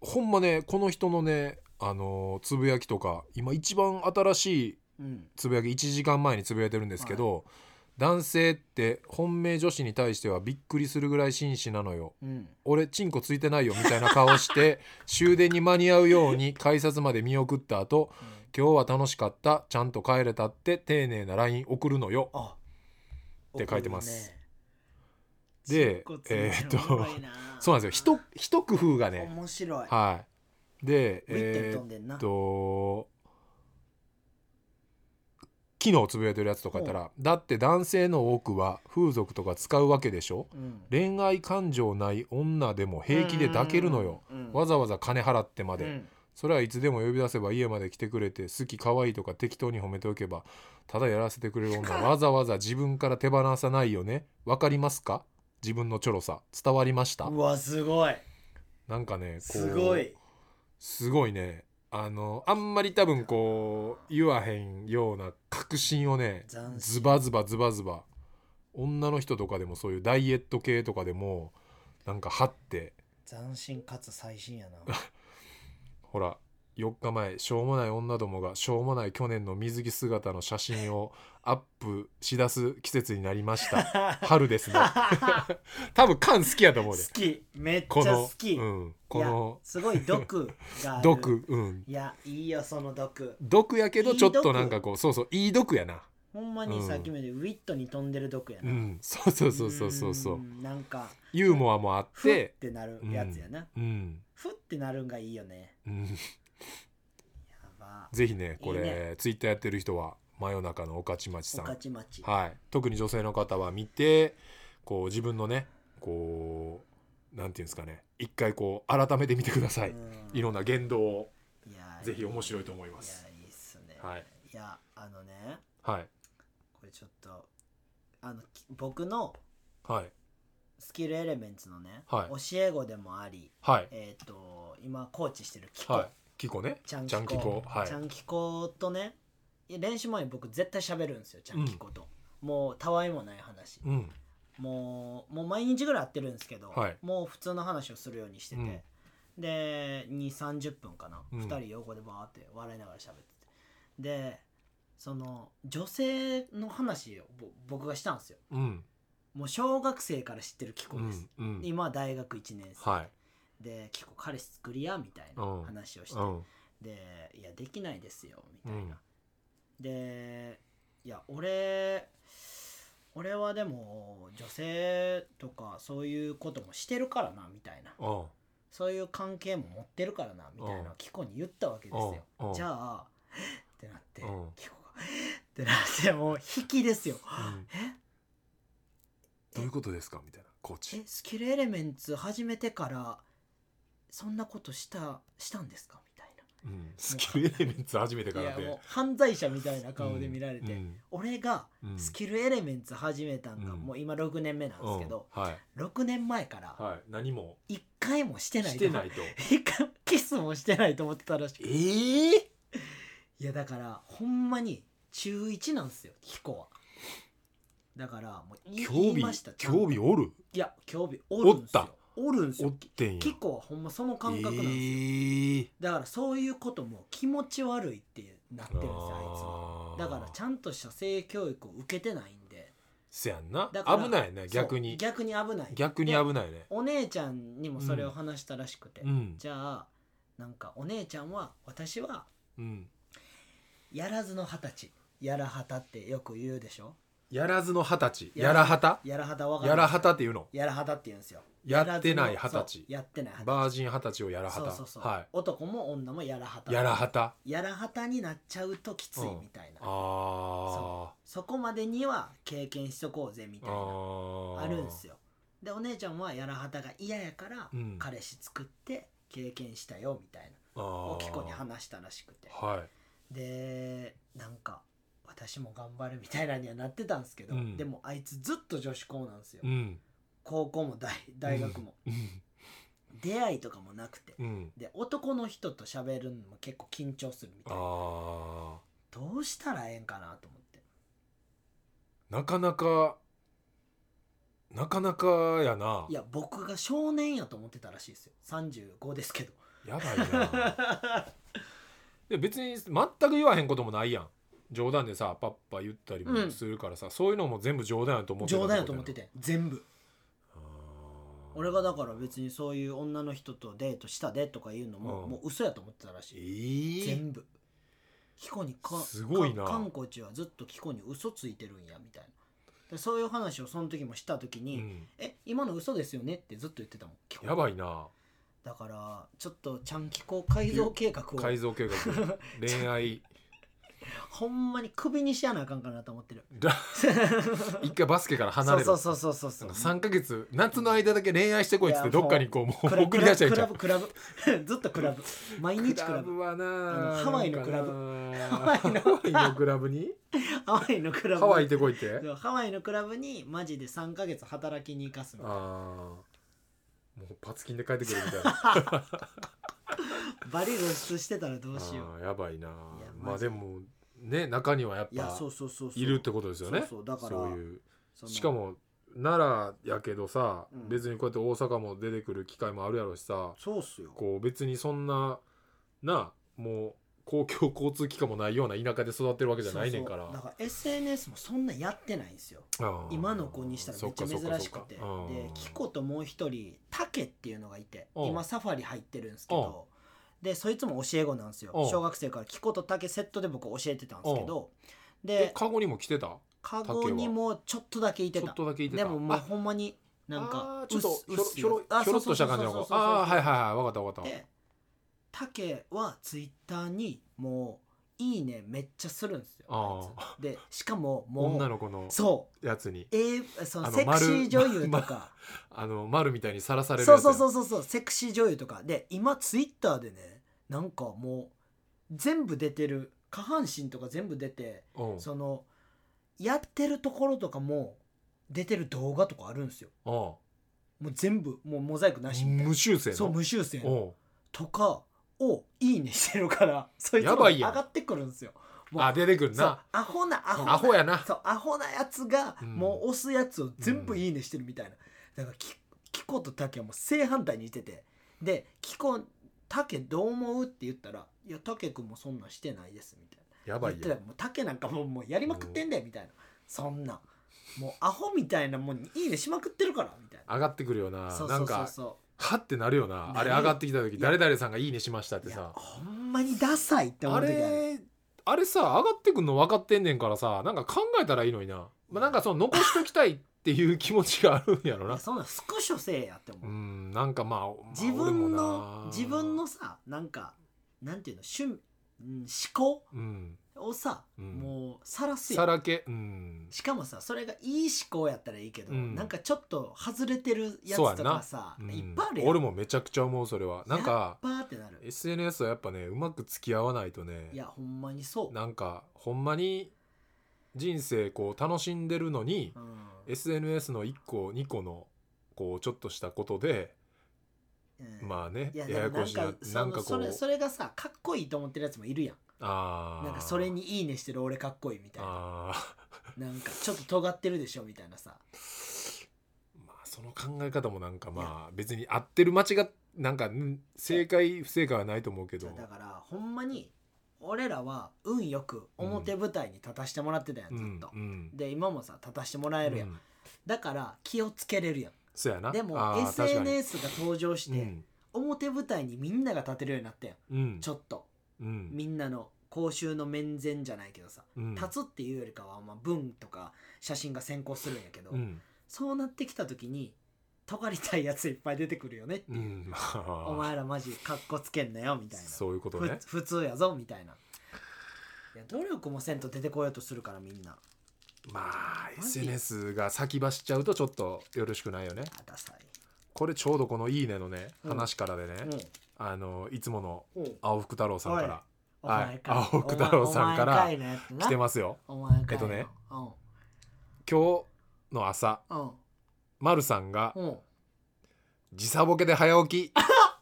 Speaker 2: ほんまねこの人のねあのーつぶやきとか今一番新しい
Speaker 1: ーうん
Speaker 2: つぶやき1時間前につぶやいてるんですけど、男性って本命女子に対してはびっくりするぐらい紳士なのよ
Speaker 1: うん
Speaker 2: 俺チンコついてないよみたいな顔して 終電に間に合うように改札まで見送った後今日は楽しかったちゃんと帰れたって丁寧な LINE 送るのよ
Speaker 1: あ
Speaker 2: って書いてます
Speaker 1: で
Speaker 2: で、
Speaker 1: え
Speaker 2: え
Speaker 1: ーっ
Speaker 2: ーっ
Speaker 1: と
Speaker 2: と、 そうなんですよひと一工夫がね
Speaker 1: 面白い。
Speaker 2: はいで
Speaker 1: ウィッテル
Speaker 2: え
Speaker 1: 飛
Speaker 2: ー
Speaker 1: ん
Speaker 2: っ
Speaker 1: でんな。
Speaker 2: と昨日つぶやいてるやつとかやったら「だって男性の多くは風俗とか使うわけでしょ
Speaker 1: うん
Speaker 2: 恋愛感情ない女でも平気で抱けるのよ、
Speaker 1: うん
Speaker 2: わざわざ金払ってまで、
Speaker 1: うん
Speaker 2: それはいつでも呼び出せば家まで来てくれて好き可愛いとか適当に褒めておけばただやらせてくれる女 はわざわざ自分から手放さないよねわかりますか自分のチョロさ伝わりました
Speaker 1: うわすごい
Speaker 2: なんかねこう
Speaker 1: すごい
Speaker 2: すごいねあのあんまり多分こう言わへんような確信をね
Speaker 1: 斬新
Speaker 2: ズバズバズバズバ女の人とかでもそういうダイエット系とかでもなんか張って
Speaker 1: 斬新かつ最新やな
Speaker 2: ほら4日前しょうもない女どもがしょうもない去年の水着姿の写真をアップしだす季節になりました 春ですね多分缶好きやと思
Speaker 1: 好
Speaker 2: うで
Speaker 1: きめっ
Speaker 2: こ
Speaker 1: ちゃ
Speaker 2: の
Speaker 1: 好き、
Speaker 2: うん、
Speaker 1: い
Speaker 2: こ
Speaker 1: や
Speaker 2: の
Speaker 1: すごい毒がある
Speaker 2: 毒うん
Speaker 1: いやいいよその毒
Speaker 2: 毒やけ
Speaker 1: い
Speaker 2: ど
Speaker 1: い
Speaker 2: ちょっと
Speaker 1: 毒
Speaker 2: なんかこうそうそういい毒やな
Speaker 1: ほんまにさっきまでウィットに飛んでる毒や
Speaker 2: う
Speaker 1: な、
Speaker 2: んそうそうそうそうそうそうん
Speaker 1: なんか
Speaker 2: ユーモアもあっ
Speaker 1: ふっててなるやつやな、
Speaker 2: うん、
Speaker 1: ふってなるんがいいよね
Speaker 2: うん、
Speaker 1: やば
Speaker 2: ぜひねこれ
Speaker 1: いいね
Speaker 2: ツイッターやってる人は真夜中の御徒町
Speaker 1: お
Speaker 2: さん
Speaker 1: かちまち
Speaker 2: はい、特に女性の方は見てこう自分のねこうなんていうんですかね一回こう改めて見てください、
Speaker 1: うん
Speaker 2: いろんな言動を
Speaker 1: いや
Speaker 2: ぜひ面白いと思います
Speaker 1: いやいいっすね、
Speaker 2: はい、
Speaker 1: やあのね
Speaker 2: はい
Speaker 1: これちょっとあのき僕の
Speaker 2: はい
Speaker 1: スキルエレメンツのね、
Speaker 2: はい
Speaker 1: 教え子でもあり
Speaker 2: はい
Speaker 1: えっ、と今コーチしてるキコ、
Speaker 2: はいキコね
Speaker 1: ちゃん
Speaker 2: ちゃん
Speaker 1: き
Speaker 2: キ
Speaker 1: こ
Speaker 2: コはい
Speaker 1: ちゃんきことねいや練習前に僕絶対喋るんですよちゃんきこと、もうたわいもない話、
Speaker 2: うん
Speaker 1: もうもう毎日ぐらい会ってるんですけど、
Speaker 2: はい
Speaker 1: もう普通の話をするようにしてて、
Speaker 2: うん
Speaker 1: で2 3 0分かな、
Speaker 2: うん
Speaker 1: 2人横でバーって笑いながら喋っててでその女性の話をぼ僕がしたんですよ
Speaker 2: うん
Speaker 1: もう小学生から知ってるキコ
Speaker 2: う
Speaker 1: で
Speaker 2: ん
Speaker 1: す、
Speaker 2: うん
Speaker 1: 今は大学1年生、
Speaker 2: はい
Speaker 1: でキコ彼氏作りやみたいな
Speaker 2: うん
Speaker 1: 話をして、
Speaker 2: うん
Speaker 1: でいやできないですよみ
Speaker 2: う
Speaker 1: たい
Speaker 2: ん
Speaker 1: な、でいや俺俺はでも女性とかそういうこともしてるからなみたいな
Speaker 2: うん
Speaker 1: そういう関係も持ってるからなみたいな
Speaker 2: うん
Speaker 1: キコに言ったわけですよ
Speaker 2: うんうん
Speaker 1: じゃあってなって
Speaker 2: うん
Speaker 1: キコがってなってもう引きですよ
Speaker 2: うん
Speaker 1: え
Speaker 2: どういうことですかみたいなコー
Speaker 1: え
Speaker 2: チ
Speaker 1: スキルエレメンツ始めてからそんなことしたしたんですかみたい
Speaker 2: うんスキルエレメンツ初めてか
Speaker 1: な
Speaker 2: ら
Speaker 1: い
Speaker 2: で
Speaker 1: やもう犯罪者みたいな顔で見られて、
Speaker 2: うん
Speaker 1: 俺が
Speaker 2: うん
Speaker 1: スキルエレメンツ始めたんが、
Speaker 2: うん
Speaker 1: もう今6年目なんですけど、
Speaker 2: うんはい
Speaker 1: 6年前から
Speaker 2: はい何も
Speaker 1: 1回もしてない
Speaker 2: してないと
Speaker 1: 一回もキスもしてないと思ってたらしい
Speaker 2: ええ
Speaker 1: いやだからほんまに中1なんですよキコはだからもうい言
Speaker 2: 興
Speaker 1: い
Speaker 2: 味
Speaker 1: ましたちゃんと
Speaker 2: 興味おる
Speaker 1: いや興味おるんです
Speaker 2: おっ
Speaker 1: よおるんです
Speaker 2: お
Speaker 1: よ
Speaker 2: ってんや
Speaker 1: キコはほんまその感覚なんですよ、
Speaker 2: え
Speaker 1: だからそういうことも気持ち悪いってなってるんですよあ
Speaker 2: あ
Speaker 1: い
Speaker 2: ー
Speaker 1: つはだからちゃんとした性教育を受けてないんで
Speaker 2: せやんな
Speaker 1: だから
Speaker 2: 危ないね逆
Speaker 1: そう
Speaker 2: に
Speaker 1: 逆に危ない
Speaker 2: 逆に
Speaker 1: で
Speaker 2: 危ないね
Speaker 1: お姉ちゃんにもそれを話したらしくて、
Speaker 2: うん
Speaker 1: じゃあなんかお姉ちゃんは私は
Speaker 2: うん
Speaker 1: やらずの二十歳やらはたってよく言うでしょ
Speaker 2: やらずの二十歳
Speaker 1: やら
Speaker 2: やらはた
Speaker 1: やらはたわかる
Speaker 2: やらはたっていうの
Speaker 1: やらはたって言うんですよ
Speaker 2: やってない
Speaker 1: やらずのそ
Speaker 2: 二十歳
Speaker 1: うやってない二十
Speaker 2: バージン二十歳をやらは
Speaker 1: 歳そう
Speaker 2: た
Speaker 1: そうそう、
Speaker 2: は
Speaker 1: 男も女もやらはた
Speaker 2: いやらはた
Speaker 1: やらはたになっちゃうときついみたいな、
Speaker 2: あ
Speaker 1: そこまでには経験しとこうぜみ
Speaker 2: ー
Speaker 1: たいな
Speaker 2: あ
Speaker 1: あるんです
Speaker 2: よ
Speaker 1: よでお姉ちゃんはやらはたが嫌やから、
Speaker 2: うん
Speaker 1: 彼氏作って経験したよみたいなをキコに話したらしくて
Speaker 2: は
Speaker 1: でなんか私も頑張るみたいなにはなってたんですけど、
Speaker 2: うん
Speaker 1: でもあいつずっと女子校なんですよ、
Speaker 2: いうん
Speaker 1: 高校も大大学も、
Speaker 2: うん
Speaker 1: 出会いとかもなくて、
Speaker 2: うん
Speaker 1: で男の人と喋るのも結構緊張するみたいな
Speaker 2: あ
Speaker 1: どうしたらええんかなと思って
Speaker 2: ーなかなかなかなかやない
Speaker 1: や僕が少年やと思ってたらしいですよ35ですけど
Speaker 2: やばいなで別に全く言わへんこともないやん冗談でさパッパ言ったりもするからさ、そういうのも全部冗談やと思ってた
Speaker 1: 冗談やと思って
Speaker 2: て
Speaker 1: て全部
Speaker 2: ことやな
Speaker 1: 俺がだから別にそういう女の人とデートしたでとか言うのも、
Speaker 2: うん
Speaker 1: もう嘘やと思ってたら
Speaker 2: え
Speaker 1: しい
Speaker 2: ー
Speaker 1: 全部キコにか
Speaker 2: すごいな
Speaker 1: かんこちはずっとキコに嘘ついてるんやみたいなでそういう話をその時もした時
Speaker 2: う
Speaker 1: に「
Speaker 2: ん、
Speaker 1: え今の嘘ですよね」ってずっと言ってたもんキコ
Speaker 2: やばいな
Speaker 1: だ からちょっとちゃんキコ改造計画を
Speaker 2: 改造計画恋愛
Speaker 1: ほんまにクビにしやなあかんかなと思ってる
Speaker 2: 一回バスケから離れる
Speaker 1: そうそうそうそうそう
Speaker 2: 3か月夏の間だけ恋愛してこいっつっ
Speaker 1: い
Speaker 2: て
Speaker 1: や
Speaker 2: どっかにこうも
Speaker 1: ク
Speaker 2: う
Speaker 1: ラ
Speaker 2: 送り出しちゃい
Speaker 1: ク
Speaker 2: ちゃ
Speaker 1: ラ
Speaker 2: う
Speaker 1: ブクラブクラブ ずっとクラブ毎日クラブ
Speaker 2: は
Speaker 1: あ
Speaker 2: な
Speaker 1: のハワイのクラブ
Speaker 2: なんかなハワイのクラブに
Speaker 1: ハワイのクラブ
Speaker 2: ハワイ行ってこいって
Speaker 1: そうハワイのクラブにマジで3ヶ月働きに行かすみたいな
Speaker 2: ああもうパツキンで帰ってくるみた いな
Speaker 1: バリ露出してたらどうしよ
Speaker 2: あーやばいなまあ
Speaker 1: マジ
Speaker 2: で
Speaker 1: で
Speaker 2: もね中にはやっ
Speaker 1: ういや
Speaker 2: ぱ
Speaker 1: そうそうそうそう
Speaker 2: いるってことですよね
Speaker 1: そうそうだから
Speaker 2: そういう
Speaker 1: その
Speaker 2: しかも奈良やけどさ、
Speaker 1: うん
Speaker 2: 別にこうやって大阪も出てくる機会もあるやろしさ
Speaker 1: そうっすよ
Speaker 2: こう別にそんななもう公共交通機関もないような田舎で育ってるわけじゃないねんから
Speaker 1: そうそうだから SNS もそんなやってないんですよ
Speaker 2: あー
Speaker 1: 今の子にしたらめっちゃ
Speaker 2: そっか
Speaker 1: 珍し
Speaker 2: そ
Speaker 1: く
Speaker 2: っか
Speaker 1: てで
Speaker 2: そっかうん
Speaker 1: キコともう一人タケっていうのがいて
Speaker 2: うん
Speaker 1: 今サファリ入ってるんですけどでそいつも教え子なんですよ
Speaker 2: うん
Speaker 1: 小学生からキコとタケセットで僕教えてたんですけど
Speaker 2: え
Speaker 1: で
Speaker 2: カゴにも来てた
Speaker 1: カ
Speaker 2: タケ
Speaker 1: ゴ
Speaker 2: は
Speaker 1: にもちょっとだけいて
Speaker 2: ちょったとだけいてた
Speaker 1: でももう
Speaker 2: あ
Speaker 1: ほんまになんか
Speaker 2: あーちょっと
Speaker 1: うっす
Speaker 2: ひょろひょろ
Speaker 1: うっす
Speaker 2: ひょろっとした感じの
Speaker 1: そう
Speaker 2: 子
Speaker 1: そうそうそう
Speaker 2: ああーはいはいはいわかったわかった
Speaker 1: でタケはツイッターにもう「いいね」めっちゃするんですよ
Speaker 2: あ
Speaker 1: あいつでしかもも
Speaker 2: 女
Speaker 1: う
Speaker 2: の子の
Speaker 1: そ
Speaker 2: やつに
Speaker 1: う、えーそ
Speaker 2: あ
Speaker 1: の
Speaker 2: の
Speaker 1: セクシー女優と
Speaker 2: 丸
Speaker 1: か
Speaker 2: あの丸みたいにさらされる
Speaker 1: そうそう
Speaker 2: う
Speaker 1: そうそうそうセクシー女優とかで今ツイッターでねなんかもう全部出てる下半身とか全部出て
Speaker 2: そう
Speaker 1: そのやってるところとかも出てる動画とかあるんですよもう全部もうモザイクなしみたいな
Speaker 2: 無修正の
Speaker 1: そう無修正の
Speaker 2: おう
Speaker 1: とかをいいねしてるから そいつ
Speaker 2: や
Speaker 1: も
Speaker 2: ば
Speaker 1: 上
Speaker 2: いやん
Speaker 1: がってくるんですよ。もう
Speaker 2: あ出てくる
Speaker 1: そう
Speaker 2: な
Speaker 1: アホなアホな
Speaker 2: アホやな
Speaker 1: そうアホなやつが
Speaker 2: うん
Speaker 1: もう押すやつを全部いいねしてるみたいな、だからキキコとタケはもう正反対にいててでキコタケどう思うって言ったら「いやタケ君もそんなんしてないです」みたい
Speaker 2: や
Speaker 1: な
Speaker 2: ば
Speaker 1: 言っ
Speaker 2: い
Speaker 1: て
Speaker 2: や
Speaker 1: た
Speaker 2: ん
Speaker 1: らもうタケなんかもうもうやりまくってんだよみたいな、そんなもうアホみたいなもんにいいねしまくってるからみたいな
Speaker 2: 上がってくるよな
Speaker 1: そう
Speaker 2: な
Speaker 1: そ
Speaker 2: ん
Speaker 1: うそう
Speaker 2: か
Speaker 1: そう
Speaker 2: はってなるよな
Speaker 1: な
Speaker 2: あ
Speaker 1: る
Speaker 2: れ上がってきた時
Speaker 1: いや
Speaker 2: 誰々さんが「いいね」しましたって
Speaker 1: いや
Speaker 2: さ
Speaker 1: ほんまにダサいって思
Speaker 2: あ
Speaker 1: う時ある
Speaker 2: れあれさ上がってくんの分かってんねんからさなんか考えたらいいのにな、まあ、なんかその残しときたいっていう気持ちがあるんやろ
Speaker 1: いや
Speaker 2: な
Speaker 1: そんなんスクショせえやって思
Speaker 2: う
Speaker 1: う、
Speaker 2: んなんかまあまあ
Speaker 1: 自
Speaker 2: 俺も
Speaker 1: 分
Speaker 2: な
Speaker 1: の自分のさなんかなんていうの趣味、うん、思考
Speaker 2: うん
Speaker 1: をさ、
Speaker 2: うん
Speaker 1: もうさらすやん
Speaker 2: さらけうん
Speaker 1: しかもさそれがいい思考やったらいいけど、
Speaker 2: うん
Speaker 1: なんかちょっと外れてるや
Speaker 2: そうや
Speaker 1: つ
Speaker 2: ん
Speaker 1: と
Speaker 2: な
Speaker 1: かさ、
Speaker 2: うん
Speaker 1: いっぱいあるやん
Speaker 2: 俺もめちゃくちゃ思うそれはなんか
Speaker 1: やっぱってなる
Speaker 2: SNS はやっぱねうまく付き合わないとね
Speaker 1: いやほんまにそう
Speaker 2: なんかほんまに人生こう楽しんでるのに、
Speaker 1: うん
Speaker 2: SNS の1個2個のこうちょっとしたことで、
Speaker 1: うん
Speaker 2: まあね
Speaker 1: いや
Speaker 2: や
Speaker 1: でもな
Speaker 2: やこ
Speaker 1: ん
Speaker 2: しいな
Speaker 1: かそ
Speaker 2: なん
Speaker 1: の
Speaker 2: かこ
Speaker 1: そうれそれがさかっこいいと思ってるやつもいるやん
Speaker 2: あー
Speaker 1: なんかそれに「いいね」してる俺かっこいいみたいな
Speaker 2: あー
Speaker 1: なんかちょっと尖ってるでしょみたいなさ
Speaker 2: まあその考え方もなんかまあ別に合ってる間違っなんかん正解不正解はないと思うけど
Speaker 1: そうだからほんまに俺らは運よく表舞台に立たしてもらってたやん、
Speaker 2: うん
Speaker 1: ずっと、
Speaker 2: うん
Speaker 1: で今もさ立たしてもらえるやん、
Speaker 2: うん
Speaker 1: だから気をつけれるやん
Speaker 2: そうやな
Speaker 1: でも
Speaker 2: あー確かに
Speaker 1: SNS が登場して、
Speaker 2: うん
Speaker 1: 表舞台にみんなが立てるようになったやん
Speaker 2: うん
Speaker 1: ちょっと
Speaker 2: うん
Speaker 1: みんなの公衆の面前じゃないけどさ
Speaker 2: うん
Speaker 1: 立つっていうよりかは、まあ、文とか写真が先行するんやけど、
Speaker 2: うん
Speaker 1: そうなってきた時に尖りたいやついっぱい出てくるよねって
Speaker 2: う
Speaker 1: いう、
Speaker 2: んまあ
Speaker 1: お前らマジかっこつけんなよみたいな
Speaker 2: そういうことね
Speaker 1: ふ普通やぞみたいないや努力もせんと出てこようとするからみんな
Speaker 2: まあ
Speaker 1: マジ
Speaker 2: SNS が先走っちゃうとちょっとよろしくないよね
Speaker 1: あダサい
Speaker 2: これちょうどこの「いいね」のね
Speaker 1: うん
Speaker 2: 話からでね、
Speaker 1: う
Speaker 2: あのいつもの
Speaker 1: んうん
Speaker 2: 青福太郎さんから
Speaker 1: お前かい
Speaker 2: はい青福太郎さんから
Speaker 1: お前いのやつな
Speaker 2: 来てますよ
Speaker 1: お前かいの
Speaker 2: えっ
Speaker 1: う
Speaker 2: 今日の朝
Speaker 1: ん
Speaker 2: まるさんが
Speaker 1: うんうん
Speaker 2: 時差ボケで早 起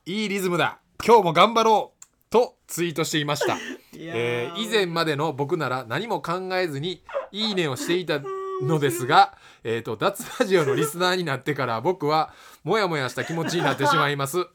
Speaker 2: きいいリズムだ今日も頑張ろうとツイートしていました、
Speaker 1: いや
Speaker 2: え
Speaker 1: ー
Speaker 2: ー以前までの僕なら何も考えずにいいねをしていたのですが、えー、と脱ラジオのリスナーになってから僕はモヤモヤした気持ちになってしまいます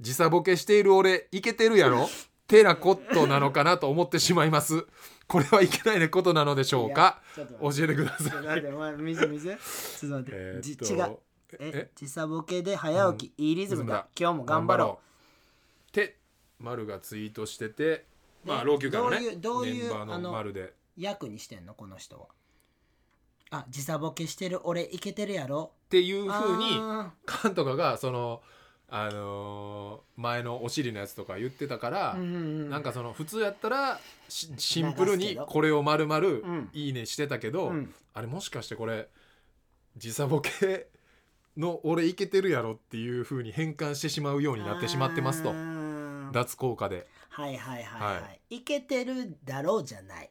Speaker 2: 時差ボケしている俺イケてるやろてなことなのかなと思ってしまいますこれはいけないことなのでしょうか
Speaker 1: いやちょっと
Speaker 2: 教
Speaker 1: 待
Speaker 2: えてくだ
Speaker 1: ってちょっと
Speaker 2: さ
Speaker 1: 待
Speaker 2: い
Speaker 1: ってお前水水ちょっと待って、
Speaker 2: えーっ
Speaker 1: じ
Speaker 2: と
Speaker 1: 違うえ時差ボケで早起き、いいリズムだ今日も頑張ろう
Speaker 2: うって丸がツイートしてて
Speaker 1: で
Speaker 2: まあ老朽化のね
Speaker 1: どういうどういう
Speaker 2: メンバー
Speaker 1: あ
Speaker 2: の
Speaker 1: の
Speaker 2: 丸で
Speaker 1: 役にしてんのこの人はあ時差ボケしてる俺イケてるやろ
Speaker 2: っていうふうに
Speaker 1: あ
Speaker 2: カンとかがそのあのー前のお尻のやつとか言ってたから、
Speaker 1: な
Speaker 2: なんかその普通やったらしシンプルにこれを丸
Speaker 1: う
Speaker 2: 々
Speaker 1: ん
Speaker 2: いいねしてたけど、
Speaker 1: うん
Speaker 2: あれもしかしてこれ時差ボケの俺いけてるやろっていう風に変換してしまうようになってしまってますと
Speaker 1: は
Speaker 2: 脱効果で
Speaker 1: いはいはいは。
Speaker 2: はい
Speaker 1: いけてるだろうじゃない。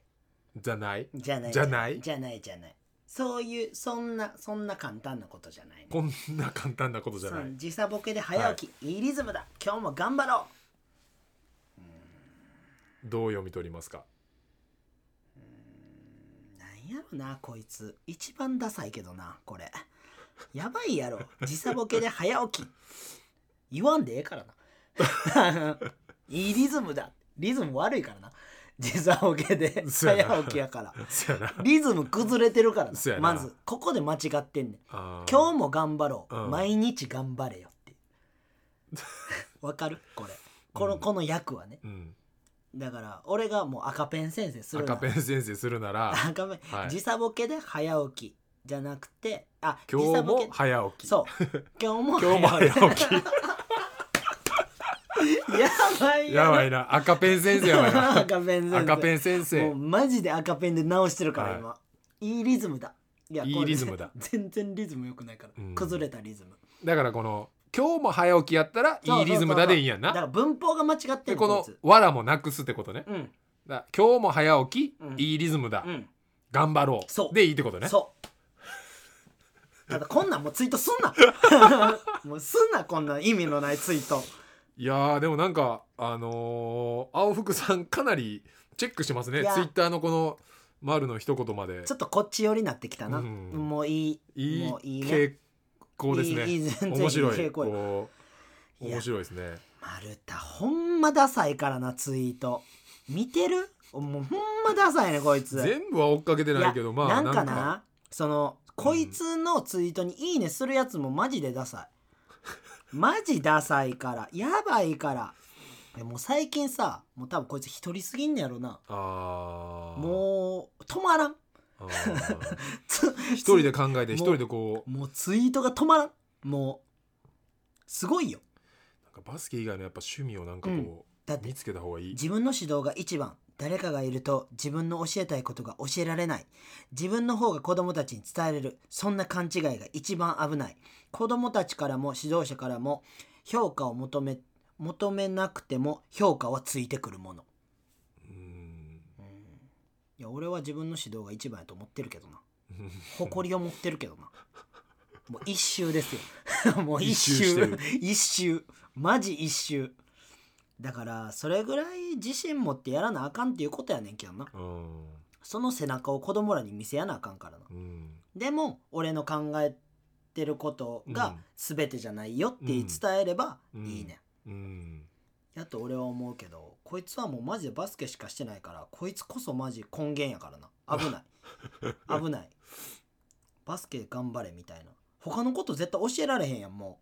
Speaker 2: じゃない
Speaker 1: じゃない。
Speaker 2: じゃない
Speaker 1: じゃないじゃない。そういう、そんな、そんな簡単なことじゃないね。
Speaker 2: こんな簡単なことじゃない
Speaker 1: そう時差ボケで早起き、いいリズムだ。今日も頑張ろ
Speaker 2: どう読み取 りますか
Speaker 1: う。なんやろな、こいつ。一番ダサいけどな、これ。やばいやろ。時差ボケで早起き。言わんでええからな。 いいリズムだ。リズム悪いからな。時差ボケで
Speaker 2: そうやな
Speaker 1: 早起きやから。
Speaker 2: そやな
Speaker 1: リズム崩れてるからな
Speaker 2: そうやな
Speaker 1: まずここで間違ってんねん
Speaker 2: あー
Speaker 1: 今日も頑張ろう、
Speaker 2: うん
Speaker 1: 毎日頑張れよっていう わかるこれこの、
Speaker 2: うん
Speaker 1: この役はね
Speaker 2: うん、
Speaker 1: だから俺がもう赤ペン先生するな
Speaker 2: 赤ペン先生するなら
Speaker 1: 赤ペン、
Speaker 2: はい
Speaker 1: 時差ボケで早起きじゃなくてあ
Speaker 2: 今
Speaker 1: 時
Speaker 2: 日
Speaker 1: 差ボ
Speaker 2: も
Speaker 1: ケ
Speaker 2: 早起き
Speaker 1: そう 今日も
Speaker 2: 今日も
Speaker 1: 早起
Speaker 2: 早起
Speaker 1: きやばい
Speaker 2: き やばい
Speaker 1: な
Speaker 2: な赤ペン先生やばいな
Speaker 1: 赤ペン先生
Speaker 2: 赤ペン先
Speaker 1: もう
Speaker 2: 生
Speaker 1: マジで赤ペンで直してるから
Speaker 2: はい
Speaker 1: 今、い、いリズムだいや
Speaker 2: いい
Speaker 1: これ
Speaker 2: リズムだ
Speaker 1: 全然リズム良くないから、
Speaker 2: うん
Speaker 1: 崩れたリズム
Speaker 2: だからこの「今日も早起きやったらいいリズムだ」でいいんやん
Speaker 1: だか
Speaker 2: な
Speaker 1: ら文法が間違って
Speaker 2: で
Speaker 1: る
Speaker 2: こ
Speaker 1: こ
Speaker 2: の
Speaker 1: いつ
Speaker 2: 「わら」もなくすってことね
Speaker 1: うん
Speaker 2: だから今日も早起き
Speaker 1: うん
Speaker 2: いいリズムだ
Speaker 1: うん
Speaker 2: 頑張ろ
Speaker 1: そう
Speaker 2: うでいいってことね
Speaker 1: そうただこんなんもうツイートすんな もうすんなこんな意味のないツイート
Speaker 2: いやーでもなんかあのー青福さんかなりチェックしてます
Speaker 1: い
Speaker 2: ねツイ
Speaker 1: や
Speaker 2: ッターのこの「丸の一言まで
Speaker 1: ちょっとこっち寄りになってきたな、
Speaker 2: うん
Speaker 1: もういい
Speaker 2: いい
Speaker 1: もういいね
Speaker 2: 傾向ですね
Speaker 1: いいいい全然
Speaker 2: 面白
Speaker 1: いい
Speaker 2: い
Speaker 1: 傾向
Speaker 2: こう
Speaker 1: いや
Speaker 2: 面白いですね
Speaker 1: 丸太ほんまダサいからなツイート見てるもうほんまダサいねこいつ
Speaker 2: 全部は追っかけてないけど
Speaker 1: や
Speaker 2: まあ
Speaker 1: なんかなそのこい
Speaker 2: うん
Speaker 1: つのツイートに「いいね」するやつもマジでダサ いマジダサいからやばいからえもう最近さもう多分こいつ一人すぎんねやろな
Speaker 2: あー
Speaker 1: もう止まらん
Speaker 2: あー
Speaker 1: つ
Speaker 2: 一人で考え
Speaker 1: もう
Speaker 2: て一人でこ う
Speaker 1: もうツイートが止まらんもうすごいよ
Speaker 2: なんかバスケ以外のやっぱ趣味をなんかこ
Speaker 1: だっ
Speaker 2: う見
Speaker 1: て
Speaker 2: つけた方がいい
Speaker 1: 自分の指導が一番誰かがいると自分の教えたいことが教えられない自分の方が子供たちに伝えれるそんな勘違いが一番危ない子供たちからも指導者からも評価を求め求めなくても評価はついてくるもの
Speaker 2: うん
Speaker 1: いや俺は自分の指導が一番やと思ってるけどな誇りを持ってるけどなもう一周です よもう一
Speaker 2: 一周して
Speaker 1: 周
Speaker 2: る
Speaker 1: 一周マジ一周だからそれぐらい自信持ってやらなあかんっていうことやねんけどな
Speaker 2: うん
Speaker 1: その背中を子供らに見せやなあかんからな
Speaker 2: うん
Speaker 1: でも俺の考えてること
Speaker 2: う
Speaker 1: が
Speaker 2: ん
Speaker 1: 全てじゃないよって伝えれば
Speaker 2: うん
Speaker 1: いいね、
Speaker 2: うん
Speaker 1: やと俺は思うけどこいつはもうマジでバスケしかしてないからこいつこそマジ根源やからな危ない 危ないバスケ頑張れみたいな他のこと絶対教えられへんやんも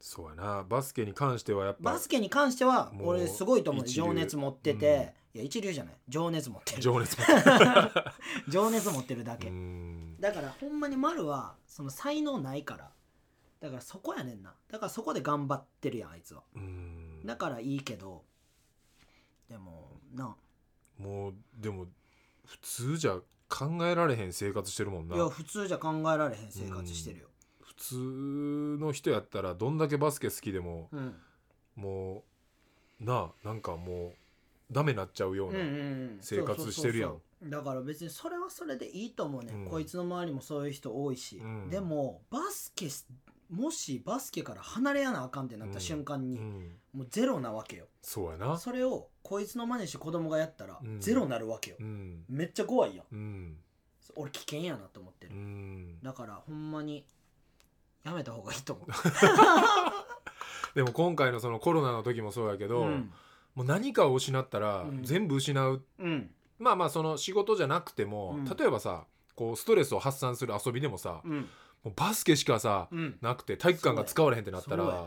Speaker 2: そうやなバスケに関してはやっ
Speaker 1: う
Speaker 2: ぱ
Speaker 1: バスケに関しては
Speaker 2: もう
Speaker 1: 俺すごいと思う
Speaker 2: 一流
Speaker 1: 情熱持ってて、いや一流じゃない情熱持ってる
Speaker 2: 情熱も
Speaker 1: 情熱持ってるだけ、
Speaker 2: うん
Speaker 1: だからほんまに丸はその才能ないからだからそこやねんなだからそこで頑張ってるやんあいつは
Speaker 2: うん
Speaker 1: だからいいけどでもな
Speaker 2: もうでも普通じゃ考えられへん生活してるもんない
Speaker 1: や普通じゃ考えられへん生活してるよ、
Speaker 2: 普通の人やったらどんだけバスケ好きでも
Speaker 1: うん
Speaker 2: もうなあなんかもうダメなっちゃうよう
Speaker 1: うんう
Speaker 2: なん
Speaker 1: うん
Speaker 2: 生活してるやん
Speaker 1: そうそうそうだから別にそれはそれでいいと思うね、、
Speaker 2: うんん
Speaker 1: こいつの周りもそういう人多いし、
Speaker 2: うん
Speaker 1: でもバスケしもしバスケから離れやなあかんってなった瞬間
Speaker 2: う
Speaker 1: に、
Speaker 2: ん
Speaker 1: もうゼロなわけよ
Speaker 2: そうやな
Speaker 1: それをこいつの真似して子供がやったら
Speaker 2: うん
Speaker 1: ゼロなるわけよ、
Speaker 2: うん
Speaker 1: めっちゃ怖いやん
Speaker 2: うん
Speaker 1: 俺危険やなと思って
Speaker 2: う
Speaker 1: る、
Speaker 2: ん
Speaker 1: だからほんまにやめた方がいいと思う
Speaker 2: でも今回のそのコロナの時もそうやけど、
Speaker 1: うん
Speaker 2: もう何かを失ったら
Speaker 1: うん
Speaker 2: 全部失う、
Speaker 1: うん
Speaker 2: まあまあその仕事じゃなくても、
Speaker 1: うん
Speaker 2: 例えばさこうストレスを発散する遊びでもさ、
Speaker 1: うん
Speaker 2: もうバスケしかさ、
Speaker 1: うん
Speaker 2: なくて体育館が使われへんってなった
Speaker 1: そうや
Speaker 2: ら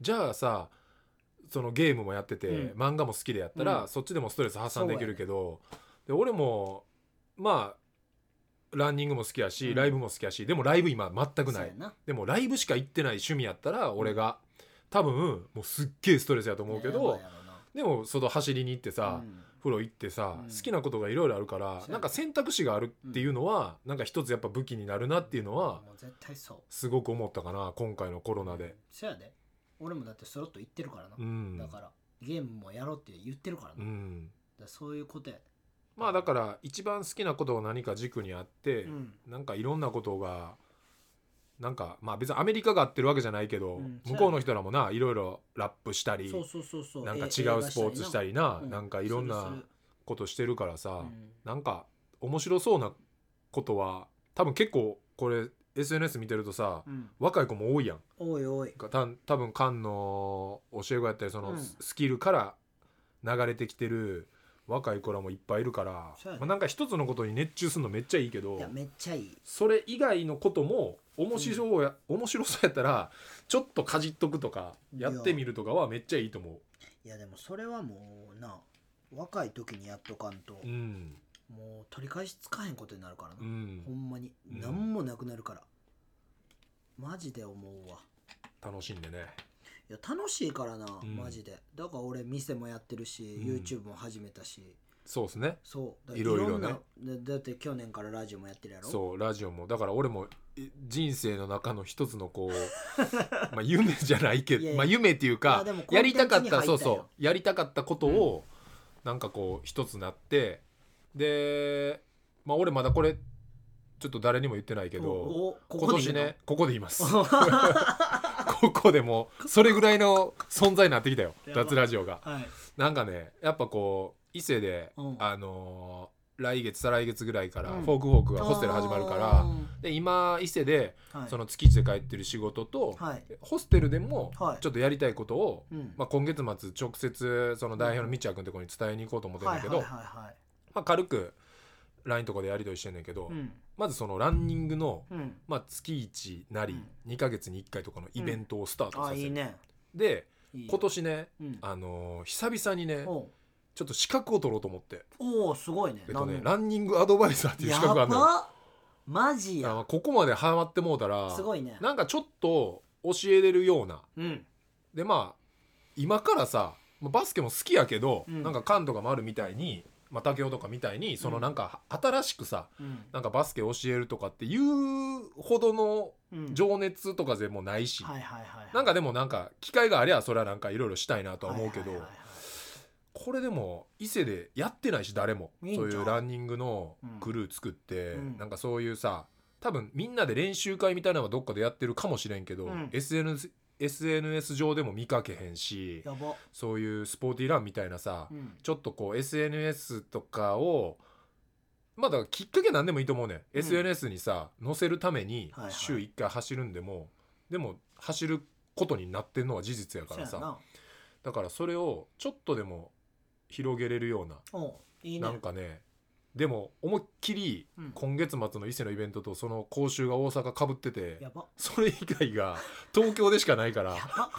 Speaker 2: じゃあさそのゲームもやってて、
Speaker 1: うん
Speaker 2: 漫画も好きでやったら、
Speaker 1: うん
Speaker 2: そっちでもストレス発散できるけど、で俺もまあランニングも好きやし、
Speaker 1: うん
Speaker 2: ライブも好きやしでもライブ今全く
Speaker 1: そ
Speaker 2: な
Speaker 1: う
Speaker 2: い
Speaker 1: やな
Speaker 2: でもライブしか行ってない趣味やったら俺が多分もうすっげえストレスやと思うけ
Speaker 1: やば
Speaker 2: ど
Speaker 1: いやろな
Speaker 2: でもその走りに行ってさ、
Speaker 1: うん
Speaker 2: 風呂行ってさ、
Speaker 1: うん
Speaker 2: 好きなことがいろいろあるから
Speaker 1: そうやね
Speaker 2: なんか選択肢があるっていうのは、なんか一つやっぱ武器になるなっていうのは
Speaker 1: もう絶対そう
Speaker 2: すごく思ったかな今回のコロナで。
Speaker 1: そやで俺もだってそろっと言ってるからな、
Speaker 2: うん
Speaker 1: だからゲームもやろうって言ってるからな、
Speaker 2: う
Speaker 1: だか
Speaker 2: ん
Speaker 1: らそういうことやで
Speaker 2: まあだから一番好きなことを何か軸にあって、
Speaker 1: うん
Speaker 2: なんかいろんなことがなんかまあ別にアメリカが合ってるわけじゃないけど、
Speaker 1: うん
Speaker 2: 向こうの人らもないろいろラップしたり
Speaker 1: そうそうそうそう
Speaker 2: なん
Speaker 1: え
Speaker 2: か違うスポーツした
Speaker 1: り
Speaker 2: りな、
Speaker 1: う
Speaker 2: なんかいろん
Speaker 1: する
Speaker 2: な
Speaker 1: する
Speaker 2: ことしてるからさ、
Speaker 1: うん
Speaker 2: なんか面白そうなことは多分結構これ SNS 見てるとさ、
Speaker 1: うん
Speaker 2: 若い子も多いやん
Speaker 1: おいおい
Speaker 2: がた多分菅の教え子やったりその
Speaker 1: うん
Speaker 2: ススキルから流れてきてる若い子らもいっぱいいるから、
Speaker 1: そうやね
Speaker 2: まあ、なんか一つのことに熱中するのめっちゃいいけど
Speaker 1: いやめっちゃいい
Speaker 2: それ以外のことも面白そうや、面白そうやったらちょっとかじっとくとかやってみるとかはめっちゃいいと思
Speaker 1: いやでもそれはもうな若い時にやっとかんと、
Speaker 2: ううん
Speaker 1: もう取り返しつかへんことになるからな、
Speaker 2: うん
Speaker 1: ほんまに
Speaker 2: うん
Speaker 1: 何もなくなるから、マジで思うわ
Speaker 2: 楽しんでね
Speaker 1: いや楽しいからな、
Speaker 2: うん
Speaker 1: マジでだから俺店もやってるし、
Speaker 2: うん
Speaker 1: YouTube も始めたし
Speaker 2: そうですね
Speaker 1: そうだ
Speaker 2: いろいろね
Speaker 1: んなだだって去年からラジオもやってるやろ
Speaker 2: そうラジオもだから俺もい人生の中の一つのこう まあ夢じゃないけ
Speaker 1: いやい
Speaker 2: ど
Speaker 1: や
Speaker 2: まあ夢っていう
Speaker 1: いや
Speaker 2: か
Speaker 1: でもコン
Speaker 2: や
Speaker 1: テン
Speaker 2: り
Speaker 1: ツに入
Speaker 2: たか
Speaker 1: っ
Speaker 2: った
Speaker 1: よ
Speaker 2: たそうそうやりたかったことをなんかこう一つなってでまあ俺まだこれちょっと誰にも言ってないけど
Speaker 1: おおここ
Speaker 2: 今
Speaker 1: で
Speaker 2: 年 ねここで言います
Speaker 1: 言うの
Speaker 2: ここでもうそれぐらいの存在になってきたよ
Speaker 1: やば
Speaker 2: 脱ラジオが
Speaker 1: はい
Speaker 2: なんかねやっぱこう伊勢で
Speaker 1: うん
Speaker 2: あのー来月再来月ぐらいから
Speaker 1: うん
Speaker 2: フォークフォークがホステル始まるからで今伊勢で
Speaker 1: ら、はい、
Speaker 2: その月一で帰ってる仕事と、
Speaker 1: はい
Speaker 2: ホステルでも
Speaker 1: はい
Speaker 2: ちょっとやりたいことを、
Speaker 1: うん
Speaker 2: まあ、今月末直接その代表のみっちゃん君とこに伝えに行こうと思ってるんだけど、
Speaker 1: はいはいはいはい
Speaker 2: まあ、軽く LINE とかでやり取りしてんだけど、
Speaker 1: うん
Speaker 2: まずそのランニングの、
Speaker 1: うん
Speaker 2: まあ、月1なり
Speaker 1: う
Speaker 2: 2ヶ月に1回とかのイベントをスタートさ
Speaker 1: あ
Speaker 2: せる、
Speaker 1: いいね
Speaker 2: で
Speaker 1: いいよ
Speaker 2: 今年ね、
Speaker 1: うん
Speaker 2: あのー久々にね
Speaker 1: おう
Speaker 2: ちょっと資格を取ろうと思って、
Speaker 1: おうすごいね
Speaker 2: えっとね、
Speaker 1: なん
Speaker 2: ランニングアドバイザーっていう資格が
Speaker 1: や
Speaker 2: あるのよ
Speaker 1: ばマジ
Speaker 2: あ
Speaker 1: や
Speaker 2: のここまでハマってもうたら
Speaker 1: すごいね
Speaker 2: なんかちょっと教えれるような
Speaker 1: うん
Speaker 2: でまあ今からさまあバスケも好きやけど、
Speaker 1: うん
Speaker 2: なんか関東がもあるみたいに、まあ、竹雄とかみたいにそうの
Speaker 1: ん
Speaker 2: なんか新しくさ、
Speaker 1: うん
Speaker 2: なんかバスケ教えるとかっていうほどの
Speaker 1: うん
Speaker 2: 情熱とかでもないし、
Speaker 1: はいはいはいはい
Speaker 2: なんかでもなんか機会がありゃそれはなんかいろいろしたいなとは思うけ
Speaker 1: は
Speaker 2: ど、
Speaker 1: いはいはいはい
Speaker 2: これでも伊勢でやってないし誰も
Speaker 1: いいんちゃ
Speaker 2: そうういうランニングのクルー作って、
Speaker 1: うん
Speaker 2: なんかそういうさ多分みんなで練習会みたいなのはどっかでやってるかもしれんけど、
Speaker 1: うん
Speaker 2: SNS, SNS 上でも見かけへんし
Speaker 1: やば、
Speaker 2: そういうスポーティーランみたいなさ、
Speaker 1: うん
Speaker 2: ちょっとこう SNS とかをまあだからきっかけなんでもいいと思うね、
Speaker 1: うん
Speaker 2: ん SNS にさ載せるために
Speaker 1: はいはい
Speaker 2: 週1回走るんでも、でも走ることになってんのは事実やから
Speaker 1: そ
Speaker 2: さ
Speaker 1: うやな
Speaker 2: だからそれをちょっとでも広げれるような
Speaker 1: おういいね
Speaker 2: なんかねでも思いっきり
Speaker 1: うん
Speaker 2: 今月末の伊勢のイベントとその講習が大阪かぶってて
Speaker 1: やば
Speaker 2: それ以外が東京でしかないから
Speaker 1: やば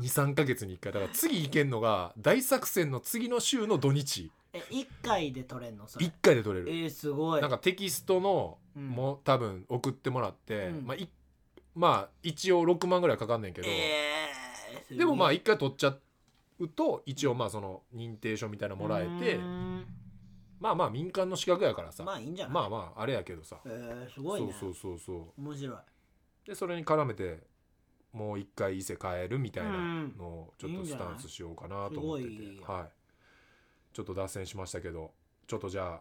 Speaker 2: 23か月に1回だから次行けんのが大作戦の次の週の土日
Speaker 1: え一回で取れんのそれ
Speaker 2: 1回で取れ
Speaker 1: え
Speaker 2: る
Speaker 1: ー、すごい
Speaker 2: なんかテキストの
Speaker 1: うん
Speaker 2: も多分送ってもらって、
Speaker 1: うん
Speaker 2: まあ、いまあ一応6万ぐらいかかんねんけど、
Speaker 1: えーすごい
Speaker 2: でもまあ1回取っちゃうと一応まあその認定証みたいなのもらえて
Speaker 1: うーん
Speaker 2: まあまあ民間の資格やからさ、
Speaker 1: まあいいんじゃない
Speaker 2: まあまああれやけどさ、
Speaker 1: えー、すごいね
Speaker 2: そうそうそうそ
Speaker 1: 面白いう
Speaker 2: でそれに絡めてもう一回伊勢帰るみたいなのをちょっとスタンスしようかなと思って
Speaker 1: いいん
Speaker 2: て
Speaker 1: じゃないすごいいいよ
Speaker 2: はいちょっと脱線しましたけどちょっとじゃあ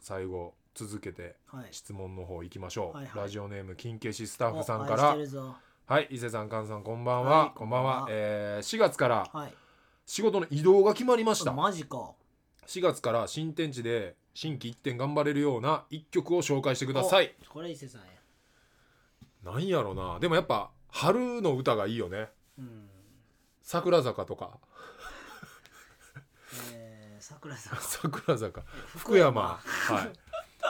Speaker 2: 最後続けて
Speaker 1: はい
Speaker 2: 質問の方行きましょう、
Speaker 1: はいはい
Speaker 2: ラジオネーム金消しスタッフさんか
Speaker 1: お愛し
Speaker 2: ら
Speaker 1: てるぞ
Speaker 2: はい伊勢さん菅さんこんばんは、
Speaker 1: はい
Speaker 2: こんば
Speaker 1: こんば
Speaker 2: ん
Speaker 1: んは
Speaker 2: は、えー4月から
Speaker 1: はい
Speaker 2: 仕事の移動が決まりました
Speaker 1: マジか
Speaker 2: 4月から新天地で新規一点頑張れるような一曲を紹介してください
Speaker 1: おこれ伊勢さんや
Speaker 2: なんやろなでもやっぱ春の歌がいいよね
Speaker 1: うん
Speaker 2: 桜坂とか
Speaker 1: えー、桜さん
Speaker 2: 桜坂福山はい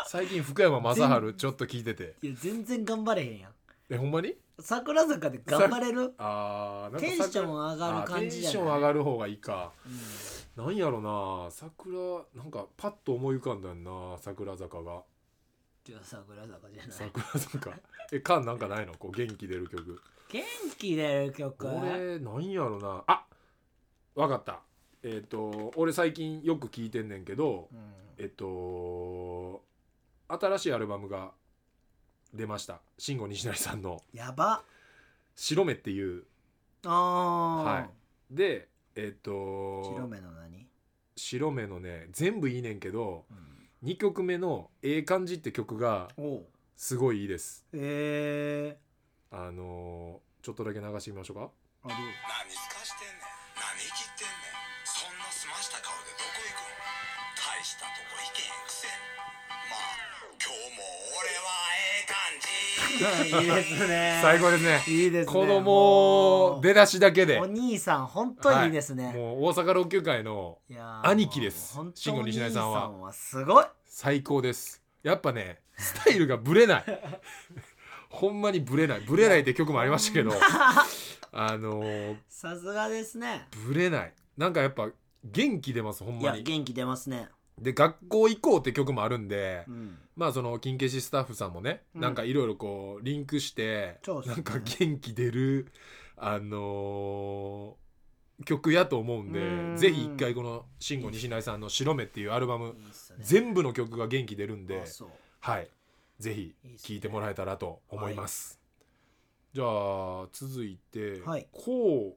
Speaker 2: 最近福山雅治ちょっと聞いてて
Speaker 1: いや全然頑張れへんやん
Speaker 2: えほんまに
Speaker 1: 桜坂で頑張れる
Speaker 2: あーなんか
Speaker 1: テンション上がる感じじ
Speaker 2: テン
Speaker 1: ゃ
Speaker 2: シ
Speaker 1: ない
Speaker 2: ョン上がる方がいいか
Speaker 1: うん
Speaker 2: なんやろな桜なんかパッと思い浮かんだんな桜坂が
Speaker 1: じゃあ桜坂じゃない
Speaker 2: 桜坂えカンなんかないのこう元気出る曲
Speaker 1: 元気出る曲
Speaker 2: 俺なんやろなあわかったえっ、と俺最近よく聞いてんねんけど
Speaker 1: うん
Speaker 2: えっと新しいアルバムが出ました慎吾西成さんの
Speaker 1: やば
Speaker 2: 「白目」っていう
Speaker 1: ああ、
Speaker 2: はいでえっ
Speaker 1: 白
Speaker 2: と
Speaker 1: 目の何、
Speaker 2: 白目のね全部いいねんけど
Speaker 1: うん、
Speaker 2: 2曲目の「ええ感じ」って曲が
Speaker 1: おう
Speaker 2: すごいいいです
Speaker 1: え
Speaker 2: あのーちょっとだけ流してみましょうか
Speaker 1: ー、あどう
Speaker 3: 何すかしてんねん何切ってんねんそんな澄ました顔でどこ行くん大したとこ行けへんくせにまあ今日も俺はえ
Speaker 1: い
Speaker 3: え感じ
Speaker 1: いですね。
Speaker 2: 最高ですね
Speaker 1: いいですね。
Speaker 2: このもう出だしだけで
Speaker 1: お兄さん本当にいいですね。
Speaker 2: はい
Speaker 1: い、
Speaker 2: もう大阪老朽会の
Speaker 1: やー
Speaker 2: 兄貴です
Speaker 1: もう本当
Speaker 2: 慎吾西成さんは
Speaker 1: お兄さんはすごい。
Speaker 2: 最高ですやっぱねスタイルが ブレないほんまにブレないブレないって曲もありましたけどあのー
Speaker 1: さすがですね。
Speaker 2: ブレないなんかやっぱ元気出ますほん
Speaker 1: い
Speaker 2: ま
Speaker 1: や
Speaker 2: に
Speaker 1: 元気出ますね。
Speaker 2: で学校行こうって曲もあるんで、
Speaker 1: うん。
Speaker 2: まあその金消しスタッフさんもね、
Speaker 1: うん
Speaker 2: なんかいろいろこうリンクして、
Speaker 1: そうです
Speaker 2: な
Speaker 1: ね
Speaker 2: んか元気出るあのー曲やと思うんで
Speaker 1: うーん
Speaker 2: ぜひ一回この慎吾西成さんの「白目」っていうアルバム
Speaker 1: いいっすね。
Speaker 2: 全部の曲が元気出るんで
Speaker 1: あそう。
Speaker 2: はいぜひ
Speaker 1: いいっすね
Speaker 2: 聴いてもらえたらと思いますじゃあ続いて、
Speaker 1: はい
Speaker 2: こう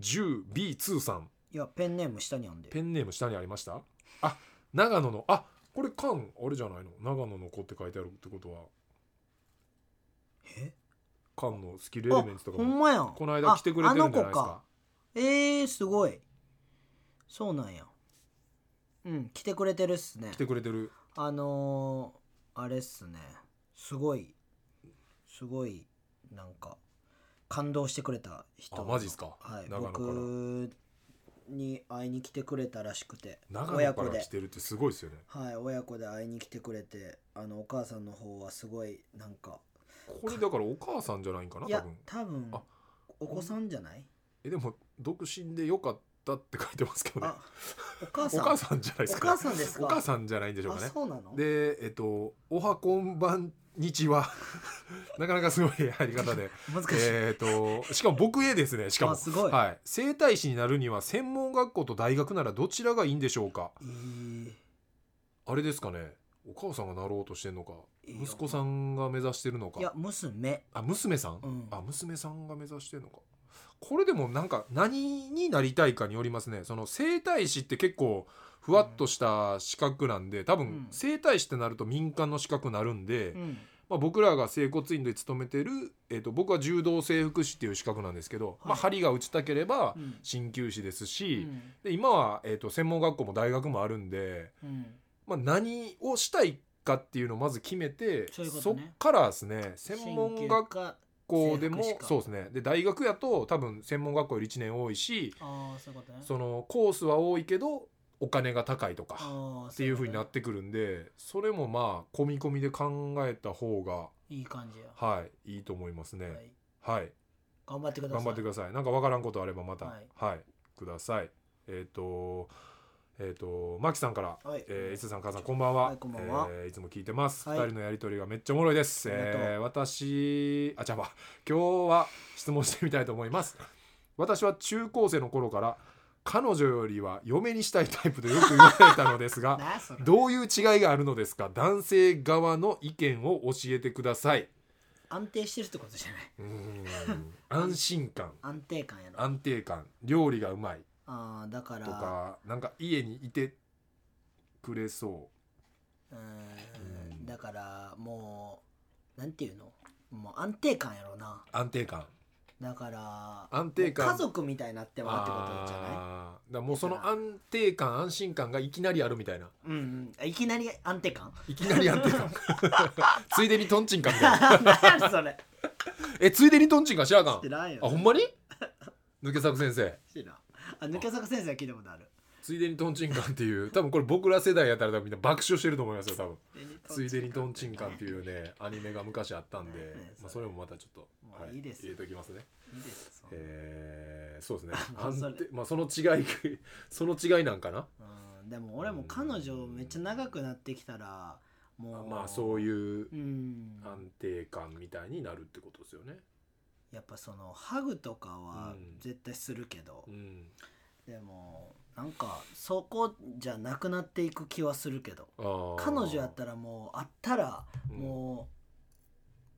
Speaker 2: 10B2 さん
Speaker 1: いやペンネーム下に読んで
Speaker 2: ペ
Speaker 1: る。
Speaker 2: ンネーム下にありましたあ長野のあこれ缶あれじゃないの長野の子って書いてあるってことは
Speaker 1: え？
Speaker 2: 缶のスキルエレメンツとか
Speaker 1: ほん
Speaker 2: も
Speaker 1: まやん。
Speaker 2: この間来てくれてるんじゃな
Speaker 1: ああ
Speaker 2: いです
Speaker 1: の子
Speaker 2: か
Speaker 1: えー、すごい。そうなんや。うん来てくれてるっすね
Speaker 2: 来。てくれてる
Speaker 1: あのー、あれっすねすごいすごいなんか感動してくれた人
Speaker 2: あマジっすか
Speaker 1: はい
Speaker 2: 長野から
Speaker 1: 僕に会いに来てくれたらしくて
Speaker 2: 長
Speaker 1: 親
Speaker 2: 野か
Speaker 1: 子
Speaker 2: ら
Speaker 1: で
Speaker 2: 来てるってすごいですよね
Speaker 1: はい親子で会いに来てくれてあのお母さんの方はすごいなんか
Speaker 2: これだからお母さんじゃないんかない多
Speaker 1: や
Speaker 2: 分
Speaker 1: 多分
Speaker 2: あ
Speaker 1: お子さんじゃない
Speaker 2: えでも独身でよかったって書いてますけどね
Speaker 1: あお母
Speaker 2: お
Speaker 1: さん
Speaker 2: 母さんじゃないですか
Speaker 1: お母さんですか
Speaker 2: お母さんじゃないんでしょうか
Speaker 1: あ
Speaker 2: ね
Speaker 1: そうなの
Speaker 2: でえっと「おはこんばんにちは」 なかなかすごい入り方で
Speaker 1: 難しい、
Speaker 2: えー、としかも僕へですねしかも
Speaker 1: あすごい
Speaker 2: はい、整体師になるには専門学校と大学ならどちらがいいんでしょうか
Speaker 1: えー
Speaker 2: あれですかねお母さんがなろうとしてんのか
Speaker 1: いいよ
Speaker 2: 息子さんが目指してるのか
Speaker 1: いや娘
Speaker 2: あ娘さん、
Speaker 1: うん
Speaker 2: あ娘さんが目指してるのかこれでもなんか何になりたいかによりますねその整体師って結構ふわっとした資格なんで多
Speaker 1: う
Speaker 2: 分
Speaker 1: ん
Speaker 2: 整体師ってなると民間の資格になるんで、
Speaker 1: うん
Speaker 2: まあ、僕らが整骨院で勤めてる、えー、と僕は柔道整復師っていう資格なんですけど、まあ、
Speaker 1: は
Speaker 2: 針が打ちたければ
Speaker 1: うん
Speaker 2: 鍼灸師です
Speaker 1: う
Speaker 2: し、
Speaker 1: ん
Speaker 2: で今は、えー、と専門学校も大学もあるんで、
Speaker 1: うん
Speaker 2: まあ、何をしたいかっていうのをまず決めて
Speaker 1: そういうことね
Speaker 2: っからですね専門
Speaker 1: 鍼灸
Speaker 2: 学
Speaker 1: 科
Speaker 2: 校でも
Speaker 1: 制服しか
Speaker 2: そうですねで大学やと多分専門学校より1年多いし
Speaker 1: ああそういうことね
Speaker 2: そのコースは多いけどお金が高いとか
Speaker 1: ああ
Speaker 2: っていう風になってくるんでそれもまあ込み込みで考えた方が
Speaker 1: いい感じや、
Speaker 2: はい、いいと思いますね。
Speaker 1: はい
Speaker 2: はい、
Speaker 1: 頑張ってくださ
Speaker 2: 頑
Speaker 1: い
Speaker 2: 張ってください。なんかわからんことあればまた、は
Speaker 1: はいい、
Speaker 2: ください。えっ、と、えっ、と、マキさんから、
Speaker 1: はい
Speaker 2: えー、伊勢さん、母さん、こんばんは。
Speaker 1: はいこんばんは
Speaker 2: えーいつも聞いてます。二、
Speaker 1: はい
Speaker 2: 人のやりとりがめっちゃおもろいです。
Speaker 1: ありがとう
Speaker 2: えー私、あ、じゃあ、今日は質問してみたいと思います。 私は中高生の頃から彼女よりは嫁にしたいタイプとよく言われたのです が。
Speaker 1: なあそれ
Speaker 2: どういう違いがあるのですか男性側の意見を教えてください
Speaker 1: 安定してるってことじゃないう
Speaker 2: ーん安心感
Speaker 1: 安定感やろあ
Speaker 2: 安定感料理がうまい
Speaker 1: あーだから
Speaker 2: とかなんか家にいてくれそう
Speaker 1: ーんだからもうなんていうのもう安定感やろな
Speaker 2: う安定感
Speaker 1: だから
Speaker 2: 安定感
Speaker 1: もう家族みたいになってまうってことじゃ
Speaker 2: あーだからもうその安定感安心感がいきなりあるみたいな
Speaker 1: ないうん、うん、いきなり安定 感
Speaker 2: いきなり安定感ついでにトンチンか みたいな
Speaker 1: 何やそれ
Speaker 2: えついでにトンチンかしらあかん
Speaker 1: 知らんよ
Speaker 2: あほんまに抜け作先生
Speaker 1: 知らんあ抜け坂先生は聞いたことある
Speaker 2: ついでにトンチンカンっていう多分これ僕ら世代やったら多分みんな爆笑してると思いますよ多分ついでにトンチンカンっていうねアニメが昔あったんで
Speaker 1: ねね、
Speaker 2: まあ、それもまたちょっと、
Speaker 1: もういいです
Speaker 2: 入れておきますね
Speaker 1: いいですそんな
Speaker 2: えー、そう です
Speaker 1: も
Speaker 2: ね
Speaker 1: うそれ
Speaker 2: 安定まあその違い その違いなんかな
Speaker 1: うんでも俺も彼女めっちゃ長くなってきたらもう
Speaker 2: まあそう
Speaker 1: う
Speaker 2: いう
Speaker 1: うん
Speaker 2: 安定感みたいになるってことですよね
Speaker 1: やっぱそのハグとかは
Speaker 2: うん
Speaker 1: 絶対するけど、
Speaker 2: うん
Speaker 1: でもなんかそこじゃなくなっていく気はするけど
Speaker 2: あー
Speaker 1: 彼女やったらもう会ったら
Speaker 2: うん
Speaker 1: も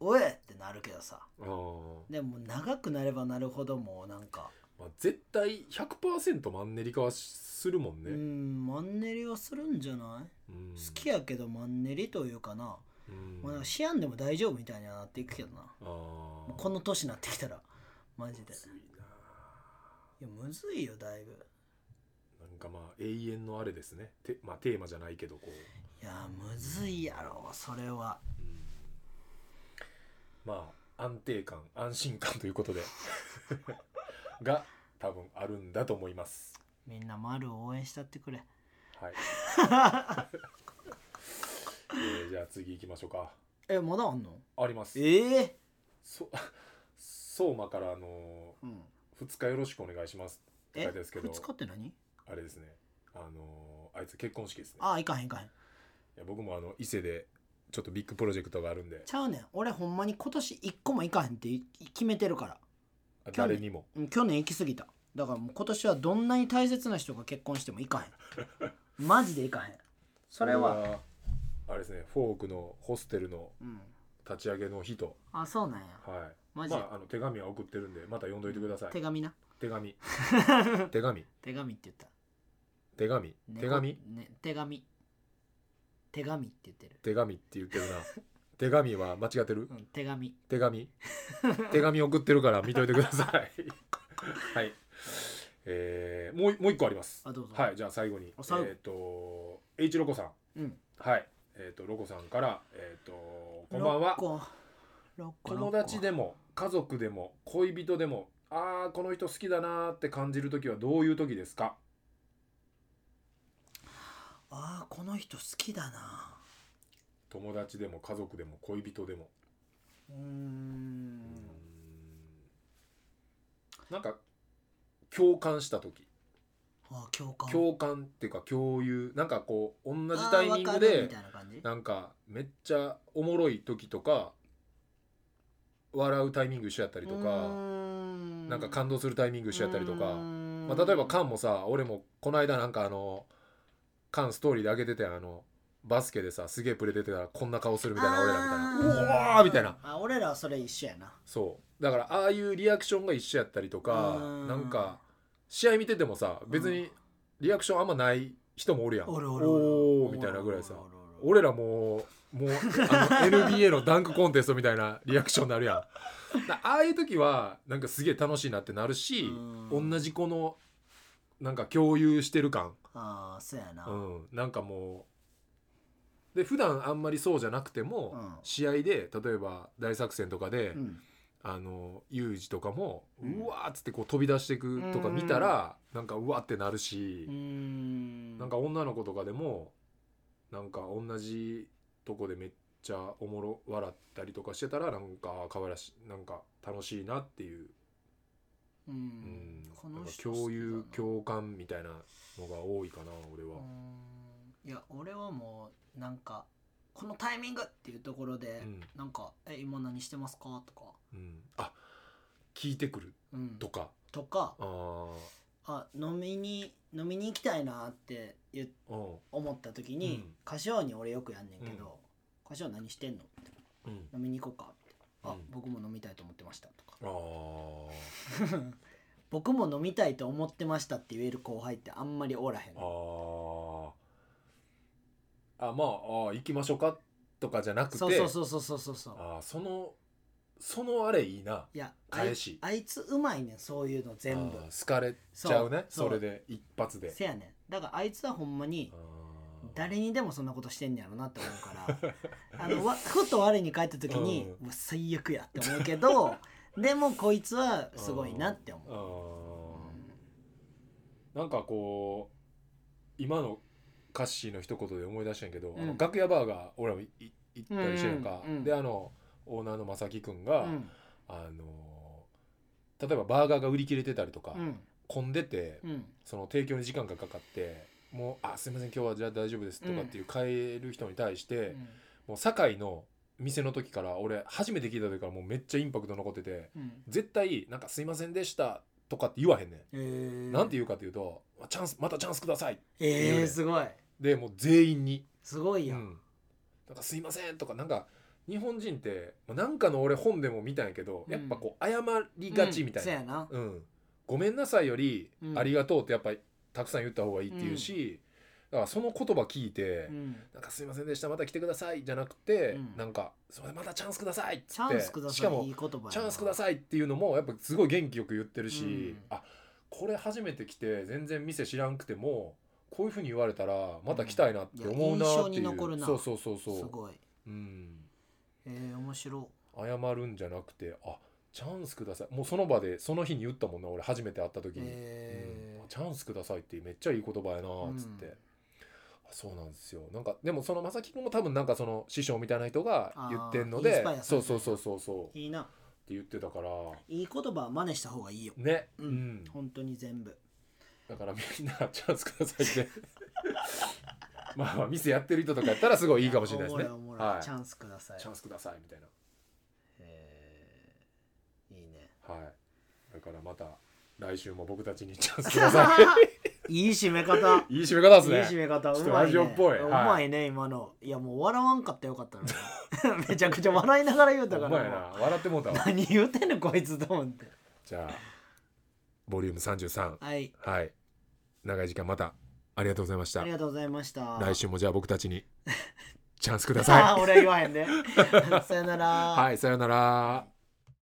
Speaker 1: う「おえ!」ってなるけどさ
Speaker 2: あー
Speaker 1: でも長くなればなるほどもうなんか、
Speaker 2: まあ、絶対100%マンネリ化はするもん
Speaker 1: う
Speaker 2: ね、
Speaker 1: んマンネリはするんじゃない、
Speaker 2: うん
Speaker 1: 好きやけどマンネリというかな、
Speaker 2: うん
Speaker 1: まあなんかしやんでも大丈夫みたいにはなっていくけどな、
Speaker 2: あー
Speaker 1: この年になってきたらマジでい
Speaker 2: むず
Speaker 1: やむず
Speaker 2: い
Speaker 1: いよだいぶ
Speaker 2: ななんかまあ永遠のあれですねて、まあ、テーマじゃないけどこう、
Speaker 1: いやむずいやろそれは
Speaker 2: うんまあ安定感安心感ということでが多分あるんだと思います
Speaker 1: みんな丸を応援したってくれ
Speaker 2: はい、えーじゃあ次行きましょうか
Speaker 1: えまだあんの
Speaker 2: あります
Speaker 1: ええ
Speaker 2: そ相馬からあの
Speaker 1: うん
Speaker 2: ー「2日よろしくお願いします」って
Speaker 1: え
Speaker 2: 書いてですけど
Speaker 1: 2日って何
Speaker 2: あれですねあのーあいつ結婚式ですね
Speaker 1: あいかへんいかへん
Speaker 2: いや僕もあの伊勢でちょっとビッグプロジェクトがあるんで
Speaker 1: ちゃうねん俺ほんまに今年1個もいかへんってい決めてるから
Speaker 2: あ
Speaker 1: 去年
Speaker 2: 誰にも
Speaker 1: うん去年行き過ぎただからもう今年はどんなに大切な人が結婚してもいか へんマジでいかへんそれは
Speaker 2: あれですねフォークのホステルの
Speaker 1: うん
Speaker 2: 立ち上げの日と
Speaker 1: あそうなんや
Speaker 2: はい
Speaker 1: マジ
Speaker 2: まあ、あの手紙は送ってるんでまた読んどいてください
Speaker 1: 手紙な
Speaker 2: 手紙手紙
Speaker 1: 手紙って言った
Speaker 2: 手紙手紙
Speaker 1: 猫ね手紙手紙って言ってる
Speaker 2: 手紙って言ってるな手紙は間違ってる
Speaker 1: うん手紙
Speaker 2: 手紙手紙送ってるから見といてく ださいはいえー、もうもう一個あります
Speaker 1: あどうぞ
Speaker 2: はいじゃあ最後に
Speaker 1: あ最後
Speaker 2: えっ、と H ロコさん
Speaker 1: うん
Speaker 2: はいえっ、とロコさんからえっ、とこんばんは
Speaker 1: 六個
Speaker 2: 友達でも家族でも恋人でもああこの人好きだなーって感じる時はどういう時ですか
Speaker 1: ああこの人好きだな
Speaker 2: 友達でも家族でも恋人でも
Speaker 1: うーん
Speaker 2: なんか共感した時
Speaker 1: あー共感
Speaker 2: 共感っていうか共有なんかこう同
Speaker 1: 同
Speaker 2: じタイミング
Speaker 1: み
Speaker 2: で
Speaker 1: たいな感じ
Speaker 2: なんかめっちゃおもろい時とか笑うタイミング一緒やったりとか
Speaker 1: な
Speaker 2: なんか感動するタイミング一緒やったりとか、ま
Speaker 1: ま
Speaker 2: あ、例えばカンもさ俺もこの間なんかあのカンストーリーで上げててあのバスケでさすげえプレー出てたらこんな顔するみたいな俺らみたいなうわーみたいな
Speaker 1: あ俺らはそれ一緒やな
Speaker 2: そうだからああいうリアクションが一緒やったりとか
Speaker 1: うん
Speaker 2: なんか試合見ててもさ別
Speaker 1: う
Speaker 2: に
Speaker 1: ん
Speaker 2: リアクションあんまない人もおるやん
Speaker 1: おるおる
Speaker 2: お
Speaker 1: お
Speaker 2: ー
Speaker 1: る
Speaker 2: みたいなぐらいさ
Speaker 1: おるおるおる
Speaker 2: 俺らもうも うあの NBA のダンクコンテストみたいなリアクションになるやんだああいう時はなんかすげえ楽しいなってなるし
Speaker 1: うん
Speaker 2: 同じこのなんか共有してる感
Speaker 1: ああそうやな
Speaker 2: うんなんかもうで普段あんまりそうじゃなくても、
Speaker 1: うん
Speaker 2: 試合で例えば大作戦とかで、
Speaker 1: うん
Speaker 2: あのユージとかも、う
Speaker 1: うん
Speaker 2: わーっつってこう飛び出してくとか見たら、なんかうわってなるし
Speaker 1: うー、ん
Speaker 2: なんか女の子とかでもなんか同じとこでめっちゃおもろ笑ったりとかしてたらなんか可愛らしいなんか楽しいなっていう、
Speaker 1: う
Speaker 2: うん
Speaker 1: んこ
Speaker 2: な
Speaker 1: の
Speaker 2: んか
Speaker 1: 人好きだな
Speaker 2: 共有共感みたいなのが多いかな俺
Speaker 1: うー
Speaker 2: は。
Speaker 1: んいや俺はもうなんかこのタイミングっていうところで、
Speaker 2: うん
Speaker 1: なんか「え今何してますか?」とか、
Speaker 2: うん、あ聞いてくる
Speaker 1: うん、
Speaker 2: とか
Speaker 1: とか
Speaker 2: あー
Speaker 1: 「あ飲みに飲みに行きたいな」って言う
Speaker 2: うん
Speaker 1: 思った時
Speaker 2: う
Speaker 1: に
Speaker 2: ん
Speaker 1: 「歌唱に俺よくやんねんけど「歌唱何してんの?」って
Speaker 2: うん
Speaker 1: 飲みに行こうか」って「あ、
Speaker 2: うん
Speaker 1: 僕も飲みたいと思ってました」とか
Speaker 2: あー
Speaker 1: 「僕も飲みたいと思ってました」って言える後輩ってあんまりおらへん
Speaker 2: あーあまああー行きましょうかとかじゃなくて
Speaker 1: そうそうそうそうそうそうそう
Speaker 2: あーそのそのあれいいない
Speaker 1: やあい
Speaker 2: 返し
Speaker 1: あいつうまいねんそういうの全部
Speaker 2: あー好かれちゃうね
Speaker 1: そ
Speaker 2: そうれで一発で
Speaker 1: せやねんだからあいつはほんまに
Speaker 2: あー
Speaker 1: 誰にでもそんなことしてんねやろなって思うから あのわふと我に返った時に
Speaker 2: うん、
Speaker 1: うわ最悪やって思うけ どでもこいつはすごいなって
Speaker 2: あ
Speaker 1: 思う、
Speaker 2: ーなんかこう今のカッシーの一言で思い出したんやけど、あ
Speaker 1: う
Speaker 2: の
Speaker 1: ん
Speaker 2: 楽屋バーが俺らもいい行ったりしてるやんか、
Speaker 1: うんうんうん
Speaker 2: であのオーナーの正木君が、
Speaker 1: うん
Speaker 2: あのー例えばバーガーが売り切れてたりとか、
Speaker 1: うん
Speaker 2: 混んでて、
Speaker 1: うん
Speaker 2: その提供に時間がかかってもう「あすいません今日はじゃあ大丈夫です」とかっていう帰る人に対して、
Speaker 1: うん
Speaker 2: もう堺の店の時から俺初めて聞いた時からもうめっちゃインパクト残ってて
Speaker 1: うん
Speaker 2: 絶対なんか「すいませんでした」とかって言わへんねん、
Speaker 1: えー、
Speaker 2: なんて言うかっていうと「チャンスまたチャンスください言う
Speaker 1: え
Speaker 2: ね
Speaker 1: ー、すごい」
Speaker 2: でもう全員に
Speaker 1: すごいや、
Speaker 2: うんん、なんか「すいません」とかなんか日本人ってまあなんかの俺本でも見たんやけど、
Speaker 1: うん
Speaker 2: やっぱこう謝りがちみたい
Speaker 1: そう
Speaker 2: な
Speaker 1: やな
Speaker 2: 「うんごめんなさい」より
Speaker 1: う
Speaker 2: 「
Speaker 1: ん
Speaker 2: ありがとう」ってやっぱりたくさん言った方がいいっていうし、だからその言葉聞いて「
Speaker 1: うん
Speaker 2: なんかすいませんでしたまた来てください」じゃなくて、
Speaker 1: うん
Speaker 2: なんか「すいませんまたチャンスください」っつって
Speaker 1: チャンスください
Speaker 2: しかも
Speaker 1: いい言葉やな
Speaker 2: チャンスくださいっていうのもやっぱすごい元気よく言ってるし、
Speaker 1: うん
Speaker 2: あこれ初めて来て全然店知らんくてもこういうふうに言われたらまた来たいなって思うなっ
Speaker 1: うんい
Speaker 2: てい
Speaker 1: や印象に
Speaker 2: う、
Speaker 1: 残るな
Speaker 2: そうそうそうそ
Speaker 1: す
Speaker 2: う、
Speaker 1: ごい
Speaker 2: うん、
Speaker 1: えー、面白
Speaker 2: 謝るんじゃなくてあチャンスくださいもうその場でその日に言ったもんな俺初めて会った時に、
Speaker 1: えー
Speaker 2: うんチャンスくださいってめっちゃいい言葉やなっつって、
Speaker 1: うん
Speaker 2: あそうなんですよなんかでもその正木君も多分なんかその師匠みたいな人が言ってんの
Speaker 1: あーイン
Speaker 2: で
Speaker 1: スパイアさ
Speaker 2: そ
Speaker 1: れ
Speaker 2: う
Speaker 1: て
Speaker 2: そうそうそうそうって
Speaker 1: いいな
Speaker 2: 言ってたから
Speaker 1: いい言葉は真似した方がいいよ
Speaker 2: ね
Speaker 1: うん
Speaker 2: うん
Speaker 1: 本当に全部
Speaker 2: だからみんなチャンスくださいって まあまあ店やってる人とかやったらすごいいいかもしれないですね
Speaker 1: おもろいおもろい
Speaker 2: はい
Speaker 1: チャンスください
Speaker 2: チャンスくださいみたいな
Speaker 1: えーいい ね
Speaker 2: はいだからまた来週も僕たちにチャンスくださ
Speaker 1: いい締め方
Speaker 2: いいい締め方
Speaker 1: いい
Speaker 2: です
Speaker 1: 締
Speaker 2: ね
Speaker 1: め方
Speaker 2: ちょ
Speaker 1: う
Speaker 2: っと
Speaker 1: まい
Speaker 2: ラ
Speaker 1: ね
Speaker 2: ジオっぽいはいう
Speaker 1: まいね今のいやもう笑わんかったらよかったのに めちゃくちゃ笑いながら言うた
Speaker 2: ほ
Speaker 1: か
Speaker 2: んまや
Speaker 1: ら
Speaker 2: な笑ってもうた
Speaker 1: もう
Speaker 2: わ
Speaker 1: 何言うてんのこいつと思って
Speaker 2: じゃあボリューム33
Speaker 1: はい
Speaker 2: はい長い時間またありがとうございました
Speaker 1: ありがとうございました
Speaker 2: 来週もじゃあ僕たちに チャンスく だ
Speaker 1: あ
Speaker 2: さ
Speaker 1: あ俺は言わへんでさよなら
Speaker 2: いはいさよなら